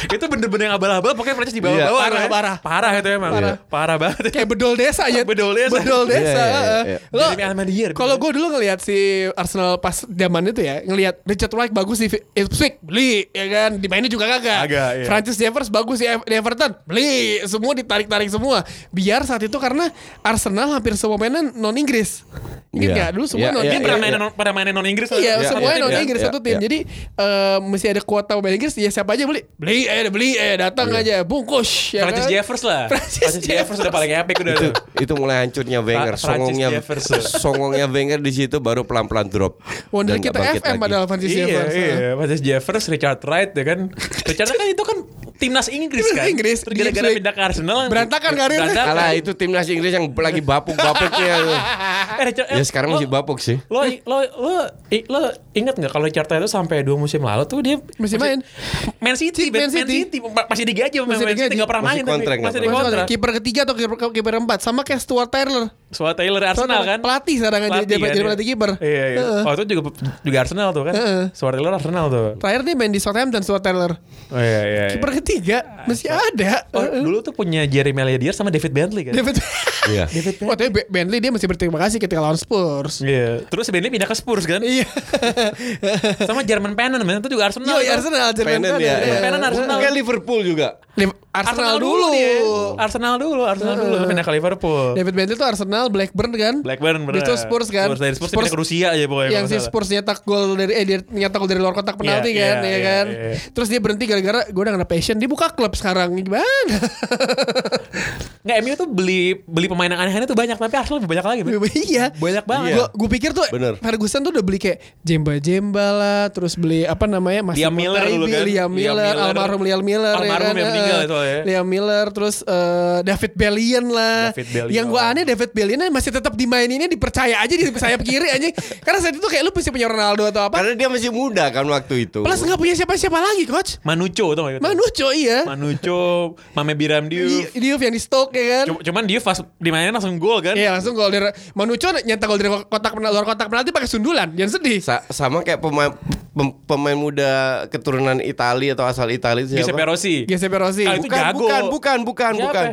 Speaker 1: itu bener-bener yang abal-abal pokoknya Prancis dibawa-bawa
Speaker 3: Iya.
Speaker 1: kan.
Speaker 3: Parah,
Speaker 1: parah itu emang
Speaker 2: Parah.
Speaker 1: parah banget
Speaker 3: kayak bedol desa ya.
Speaker 1: Bedol desa.
Speaker 3: Bedol
Speaker 2: Iya,
Speaker 3: desa.
Speaker 2: iya, iya,
Speaker 3: heeh.
Speaker 2: iya.
Speaker 3: Lo-
Speaker 1: Jeremy Almadir.
Speaker 3: Kalau gue dulu ngelihat si Arsenal pas zaman itu ya, ngelihat Richard Wright bagus di Ipswich, beli ya kan, dimainin juga kagak.
Speaker 1: Kagak, iya.
Speaker 3: Francis Jeffers bagus di Ev- di Everton, beli. Semua ditarik-tarik semua. Biar saat itu karena Arsenal hampir semua mainan non Inggris. Ingat
Speaker 2: Iya.
Speaker 3: nggak? Dulu semua
Speaker 2: Iya,
Speaker 3: non
Speaker 1: Dia
Speaker 2: iya,
Speaker 1: pernah
Speaker 3: Inggris.
Speaker 2: iya.
Speaker 1: main non, pada mainnya non Inggris.
Speaker 3: Iya,
Speaker 2: Iya,
Speaker 3: semuanya
Speaker 2: iya,
Speaker 3: non
Speaker 2: iya,
Speaker 3: Inggris
Speaker 2: iya,
Speaker 3: satu tim.
Speaker 2: iya.
Speaker 3: Jadi eh, mesti ada kuota pemain Inggris ya siapa aja beli. Beli eh beli eh datang
Speaker 2: Iya.
Speaker 3: aja bungkus ya
Speaker 1: Francis
Speaker 3: kan?
Speaker 1: Jeffers lah.
Speaker 3: Francis
Speaker 1: Francis Jeffers udah paling epic udah
Speaker 2: itu,
Speaker 1: tuh.
Speaker 2: itu mulai hancurnya Wenger,
Speaker 1: Francis
Speaker 2: songongnya
Speaker 1: Jeffers.
Speaker 2: songongnya Wenger di situ baru pelan-pelan drop.
Speaker 3: Wonder
Speaker 2: Dan
Speaker 3: kita
Speaker 2: nggak bangkit
Speaker 3: FM
Speaker 2: lagi.
Speaker 3: padahal Francis
Speaker 1: Iya,
Speaker 3: Jeffers.
Speaker 1: iya, Francis Jeffers, Richard Wright ya kan. Richard Wright kan itu kan timnas Inggris
Speaker 3: Timnas
Speaker 1: kan.
Speaker 3: Inggris,
Speaker 1: Terus gara-gara
Speaker 3: Ipswich.
Speaker 1: pindah ke Arsenal kan.
Speaker 3: Berantakan karirnya.
Speaker 1: Berantakan.
Speaker 2: Alah itu timnas Inggris yang lagi bapuk-bapuknya. tuh.
Speaker 3: [laughs]
Speaker 1: Eh, Richard, eh,
Speaker 2: ya sekarang
Speaker 1: lo-
Speaker 2: masih bapuk sih.
Speaker 1: Lo lo lo i- lo inget nggak kalau Richard Wright itu sampai dua musim lalu tuh dia
Speaker 3: Masih main.
Speaker 1: Man City,
Speaker 3: Man
Speaker 1: Man, Man
Speaker 3: City.
Speaker 1: City. ma- masih digaji sama Man
Speaker 3: Masih
Speaker 1: City
Speaker 3: digaji.
Speaker 1: nggak pernah
Speaker 2: Masih
Speaker 1: main tapi
Speaker 2: kontrak,
Speaker 1: masih
Speaker 2: nggak
Speaker 1: di
Speaker 3: Masuk
Speaker 1: kontrak.
Speaker 3: ada Kiper ketiga atau kiper kiper empat sama kayak Stuart Taylor.
Speaker 1: Soal Taylor Arsenal kan.
Speaker 3: Pelatih sekarang aja jadi,
Speaker 1: Pelatih kan,
Speaker 3: jadi
Speaker 1: iya.
Speaker 3: pelatih kiper.
Speaker 1: Iya, iya.
Speaker 3: Heeh.
Speaker 1: Oh, itu juga juga Arsenal tuh kan.
Speaker 3: Heeh.
Speaker 1: Suara Taylor Arsenal tuh.
Speaker 3: Terakhir nih main di Southampton Stuart Taylor.
Speaker 1: Oh iya iya. iya.
Speaker 3: Kiper ketiga masih ada.
Speaker 1: Oh,
Speaker 3: Heeh.
Speaker 1: dulu tuh punya Jerry Meladier sama David Bentley kan.
Speaker 3: [laughs] David.
Speaker 2: Iya.
Speaker 3: Wah, tapi Be- Bentley dia masih berterima kasih ketika lawan Spurs.
Speaker 1: Iya. Terus Bentley pindah ke Spurs kan.
Speaker 3: Iya.
Speaker 1: [laughs] sama German Pennant man. itu juga Arsenal.
Speaker 3: Yo,
Speaker 1: tuh.
Speaker 3: Arsenal Jerman
Speaker 2: Penen
Speaker 3: kan,
Speaker 2: ya.
Speaker 3: iya.
Speaker 1: Penen Arsenal.
Speaker 2: Kayak Liverpool juga.
Speaker 3: Liv- Arsenal, dulu.
Speaker 1: dia. Arsenal dulu, Arsenal dulu Terus pindah ke Liverpool.
Speaker 3: David Bentley tuh Arsenal, Blackburn kan?
Speaker 1: Blackburn benar.
Speaker 3: Itu Spurs kan?
Speaker 1: Spurs dari Spurs, pindah ke Rusia aja
Speaker 3: yang
Speaker 1: pokoknya. kalau
Speaker 3: si
Speaker 1: nggak salah.
Speaker 3: Spurs nyetak gol dari eh dia nyetak gol dari luar kotak penalti kan,
Speaker 1: Iya, iya,
Speaker 3: ya
Speaker 1: iya,
Speaker 3: kan.
Speaker 1: iya.
Speaker 3: Terus dia berhenti gara-gara gue udah kena passion, dia buka klub sekarang gimana?
Speaker 1: Nggak, MU tuh beli beli pemain yang aneh-aneh tuh banyak, tapi Arsenal lebih banyak lagi. Man.
Speaker 3: [laughs] iya.
Speaker 1: Banyak banget.
Speaker 3: Gue gue pikir tuh
Speaker 2: Bener.
Speaker 3: Ferguson tuh udah beli kayak Jemba Jemba lah, terus beli apa namanya masih
Speaker 1: Liam Miller dulu kan?
Speaker 3: Liam
Speaker 1: Liam
Speaker 3: Miller,
Speaker 1: Miller.
Speaker 3: almarhum Liam Miller,
Speaker 1: Almarhum yang
Speaker 3: Eh,
Speaker 1: meninggal itu ya.
Speaker 3: Liam Miller, terus eh, David Bellion lah.
Speaker 1: David Bellion.
Speaker 3: Yang gue aneh David Bellion masih tetap dimaininnya dipercaya aja di sayap kiri aja. Karena saat itu kayak lu masih punya Ronaldo atau apa?
Speaker 2: Karena dia masih muda kan waktu itu.
Speaker 3: Plus nggak punya siapa-siapa lagi coach.
Speaker 1: Manucho tuh nggak gitu?
Speaker 3: Manucho iya.
Speaker 1: Manucho, Mame Biram Diouf.
Speaker 3: Di- Diouf yang di stok ya kan.
Speaker 1: Cuma- Cuman dia pas dimainin langsung gol kan?
Speaker 3: Iya langsung gol dari Manucho nyetak gol dari kotak penalti luar kotak penalti pakai sundulan. Jangan sedih.
Speaker 2: Sa- sama kayak pemain pem- pemain muda keturunan Italia atau asal Italia itu
Speaker 1: Giuseppe
Speaker 2: siapa?
Speaker 1: Rossi.
Speaker 3: Iya, Giuseppe Rossi.
Speaker 1: Kalau Nah, itu
Speaker 2: Bukan,
Speaker 1: jago.
Speaker 2: bukan, bukan, bukan,
Speaker 1: Siapa?
Speaker 2: bukan.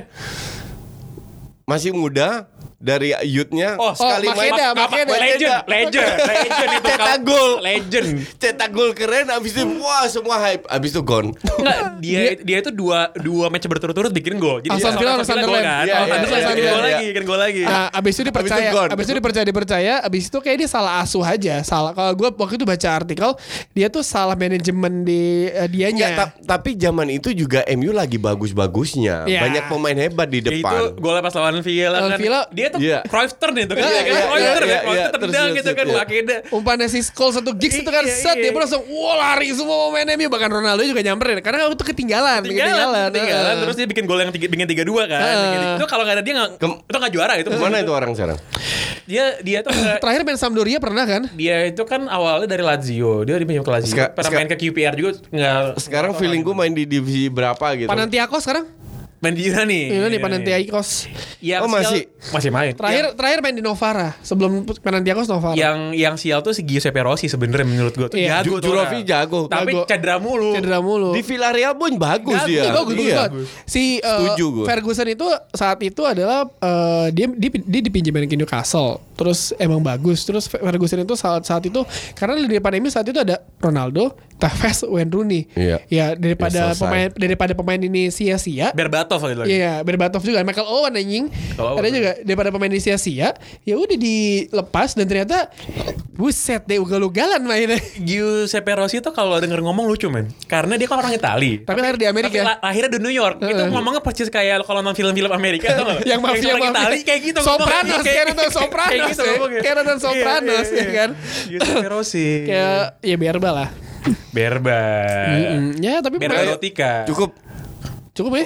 Speaker 2: Masih muda dari youthnya
Speaker 1: Oh,
Speaker 2: sekali main
Speaker 3: Makeda, Makeda.
Speaker 1: Legend, legend, legend itu
Speaker 2: Cetak
Speaker 1: kalau-
Speaker 2: gol.
Speaker 1: Legend.
Speaker 2: cetak gol keren abis itu wah semua hype abis itu gone.
Speaker 1: Enggak, dia dia itu dua dua match berturut-turut bikin gol. Jadi
Speaker 3: Aston Villa,
Speaker 1: Aston
Speaker 3: Sunderland.
Speaker 1: gol kan.
Speaker 2: Iya,
Speaker 1: Aston
Speaker 2: iya,
Speaker 1: Villa,
Speaker 2: iya,
Speaker 1: bikin
Speaker 2: iya,
Speaker 1: gol
Speaker 2: iya.
Speaker 1: lagi, bikin gol lagi.
Speaker 3: Nah, abis itu dipercaya,
Speaker 2: Abis itu gone.
Speaker 3: abis itu dipercaya, dipercaya, abis itu kayak dia salah asuh aja, salah. Kalau gue waktu itu baca artikel, dia tuh salah manajemen di eh,
Speaker 2: Enggak,
Speaker 3: dianya.
Speaker 2: ta- tapi zaman itu juga MU lagi bagus-bagusnya.
Speaker 3: Iya.
Speaker 2: Banyak pemain hebat di
Speaker 1: Ya, itu
Speaker 2: depan.
Speaker 1: gol pas lawan Villa
Speaker 3: Lawan
Speaker 1: kan.
Speaker 3: Villa.
Speaker 1: Dia tuh
Speaker 2: Iya.
Speaker 1: Cruyff turn itu kan.
Speaker 2: Eh, Iya,
Speaker 1: Dia kan
Speaker 2: iya,
Speaker 1: Cruyff
Speaker 2: iya,
Speaker 1: turn,
Speaker 2: iya,
Speaker 1: Cruyff
Speaker 2: iya.
Speaker 1: turn
Speaker 2: Terus,
Speaker 1: tendang
Speaker 2: terus,
Speaker 1: gitu kan.
Speaker 2: iya.
Speaker 1: Makeda.
Speaker 3: Umpannya si Scholes atau Giggs itu kan
Speaker 1: Iya,
Speaker 3: set dia
Speaker 1: iya.
Speaker 3: pun langsung wah lari semua pemainnya MU bahkan Ronaldo juga nyamperin karena waktu itu ketinggalan, eh.
Speaker 1: Tinggalan, tinggalan.
Speaker 3: Heeh.
Speaker 1: Terus dia bikin gol yang tiga, bikin 3-2 kan.
Speaker 2: Iya.
Speaker 1: Itu kalau nggak ada dia nggak
Speaker 2: Kem-
Speaker 1: itu nggak juara itu.
Speaker 2: Mana itu orang sekarang?
Speaker 1: Dia dia tuh nggak-
Speaker 3: Terakhir main Sampdoria pernah kan?
Speaker 1: dia itu kan awalnya dari Lazio, dia dipinjam ke Lazio.
Speaker 2: Ska-
Speaker 1: Pernah
Speaker 2: ska-
Speaker 1: main ke QPR juga nggak
Speaker 2: Sekarang feeling gue main di divisi berapa gitu.
Speaker 3: Panantiakos sekarang?
Speaker 1: main di Yunani.
Speaker 3: Ini nih Panantiakos.
Speaker 1: Yang
Speaker 2: Oh,
Speaker 1: sial-
Speaker 2: masih?
Speaker 1: Iya, masih main.
Speaker 3: Terakhir terakhir main di Novara sebelum Panantiakos Novara.
Speaker 1: yang yang sial tuh si Giuseppe Rossi sebenarnya menurut gue tuh
Speaker 3: Iya.
Speaker 1: jago
Speaker 2: Ju-
Speaker 1: tau
Speaker 2: Jurovic
Speaker 1: nggak?
Speaker 2: jago.
Speaker 1: tapi
Speaker 3: Jago.
Speaker 1: cedera mulu
Speaker 3: cedera mulu.
Speaker 2: Di Villarreal pun bagus
Speaker 3: Bagus,
Speaker 2: dia.
Speaker 3: iya, bagus, bagus
Speaker 2: Iya.
Speaker 3: banget. Si uh,
Speaker 2: Setuju gua.
Speaker 3: Ferguson itu saat itu adalah uh, dia dia dia dipinjemin ke Newcastle. Terus emang bagus. Terus Ferguson itu saat saat itu karena di depan MU saat itu ada Ronaldo, Tevez, Wayne Rooney.
Speaker 2: Iya.
Speaker 3: Ya daripada
Speaker 2: Ya, selesai.
Speaker 3: pemain daripada pemain ini sia-sia.
Speaker 1: biar Berbatov lagi lagi.
Speaker 3: Iya, Berbatov juga. Michael Owen anjing.
Speaker 1: Owen.
Speaker 3: Ada juga daripada pemain di sia-sia, ya udah dilepas dan ternyata buset deh ugal-ugalan mainnya.
Speaker 1: Giuseppe Rossi tuh kalau denger ngomong lucu men Karena dia kan orang Itali
Speaker 3: Tapi lahir di
Speaker 1: Tapi
Speaker 3: Amerika.
Speaker 1: la- lahirnya di New York Itu
Speaker 3: Heeh.
Speaker 1: ngomongnya persis kayak kalau nonton film-film Amerika tau nggak?
Speaker 3: [laughs] yang mafia
Speaker 1: orang
Speaker 3: mafia.
Speaker 1: Itali kayak gitu ngomongnya.
Speaker 3: Sopranos,
Speaker 1: [laughs] Kayak-
Speaker 3: Keraton
Speaker 1: kayak
Speaker 3: Sopranos,
Speaker 1: gitu
Speaker 3: ya.
Speaker 1: ngomongnya.
Speaker 3: Keraton
Speaker 1: Iya,
Speaker 3: Sopranos,
Speaker 1: iya,
Speaker 3: ya kan.
Speaker 1: iya. Giuseppe Rossi
Speaker 3: Kayak ya Berba lah.
Speaker 1: Berba Iya.
Speaker 3: Mm-mm. Ya tapi
Speaker 1: Berba
Speaker 3: pemain-
Speaker 1: Rotika
Speaker 2: Cukup.
Speaker 3: cukup ya.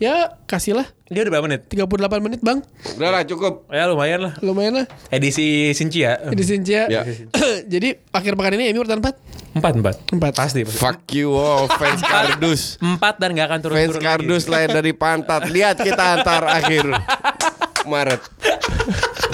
Speaker 3: Ya kasihlah
Speaker 1: Dia udah berapa menit?
Speaker 3: 38 menit bang,
Speaker 2: Udah lah cukup.
Speaker 1: Ya lumayan lah
Speaker 3: lumayan lah.
Speaker 1: Edisi Sinci ya
Speaker 3: Ini Sinja.
Speaker 2: Ya.
Speaker 3: [clears throat] Jadi akhir pekan ini MU urutan 4
Speaker 1: Empat empat
Speaker 3: Empat.
Speaker 1: Pasti pasti.
Speaker 2: Fuck you all fans kardus.
Speaker 1: Empat dan gak akan
Speaker 2: Fans
Speaker 1: turun-turun lagi.
Speaker 2: kardus lain dari pantat. Lihat kita antar akhir Maret.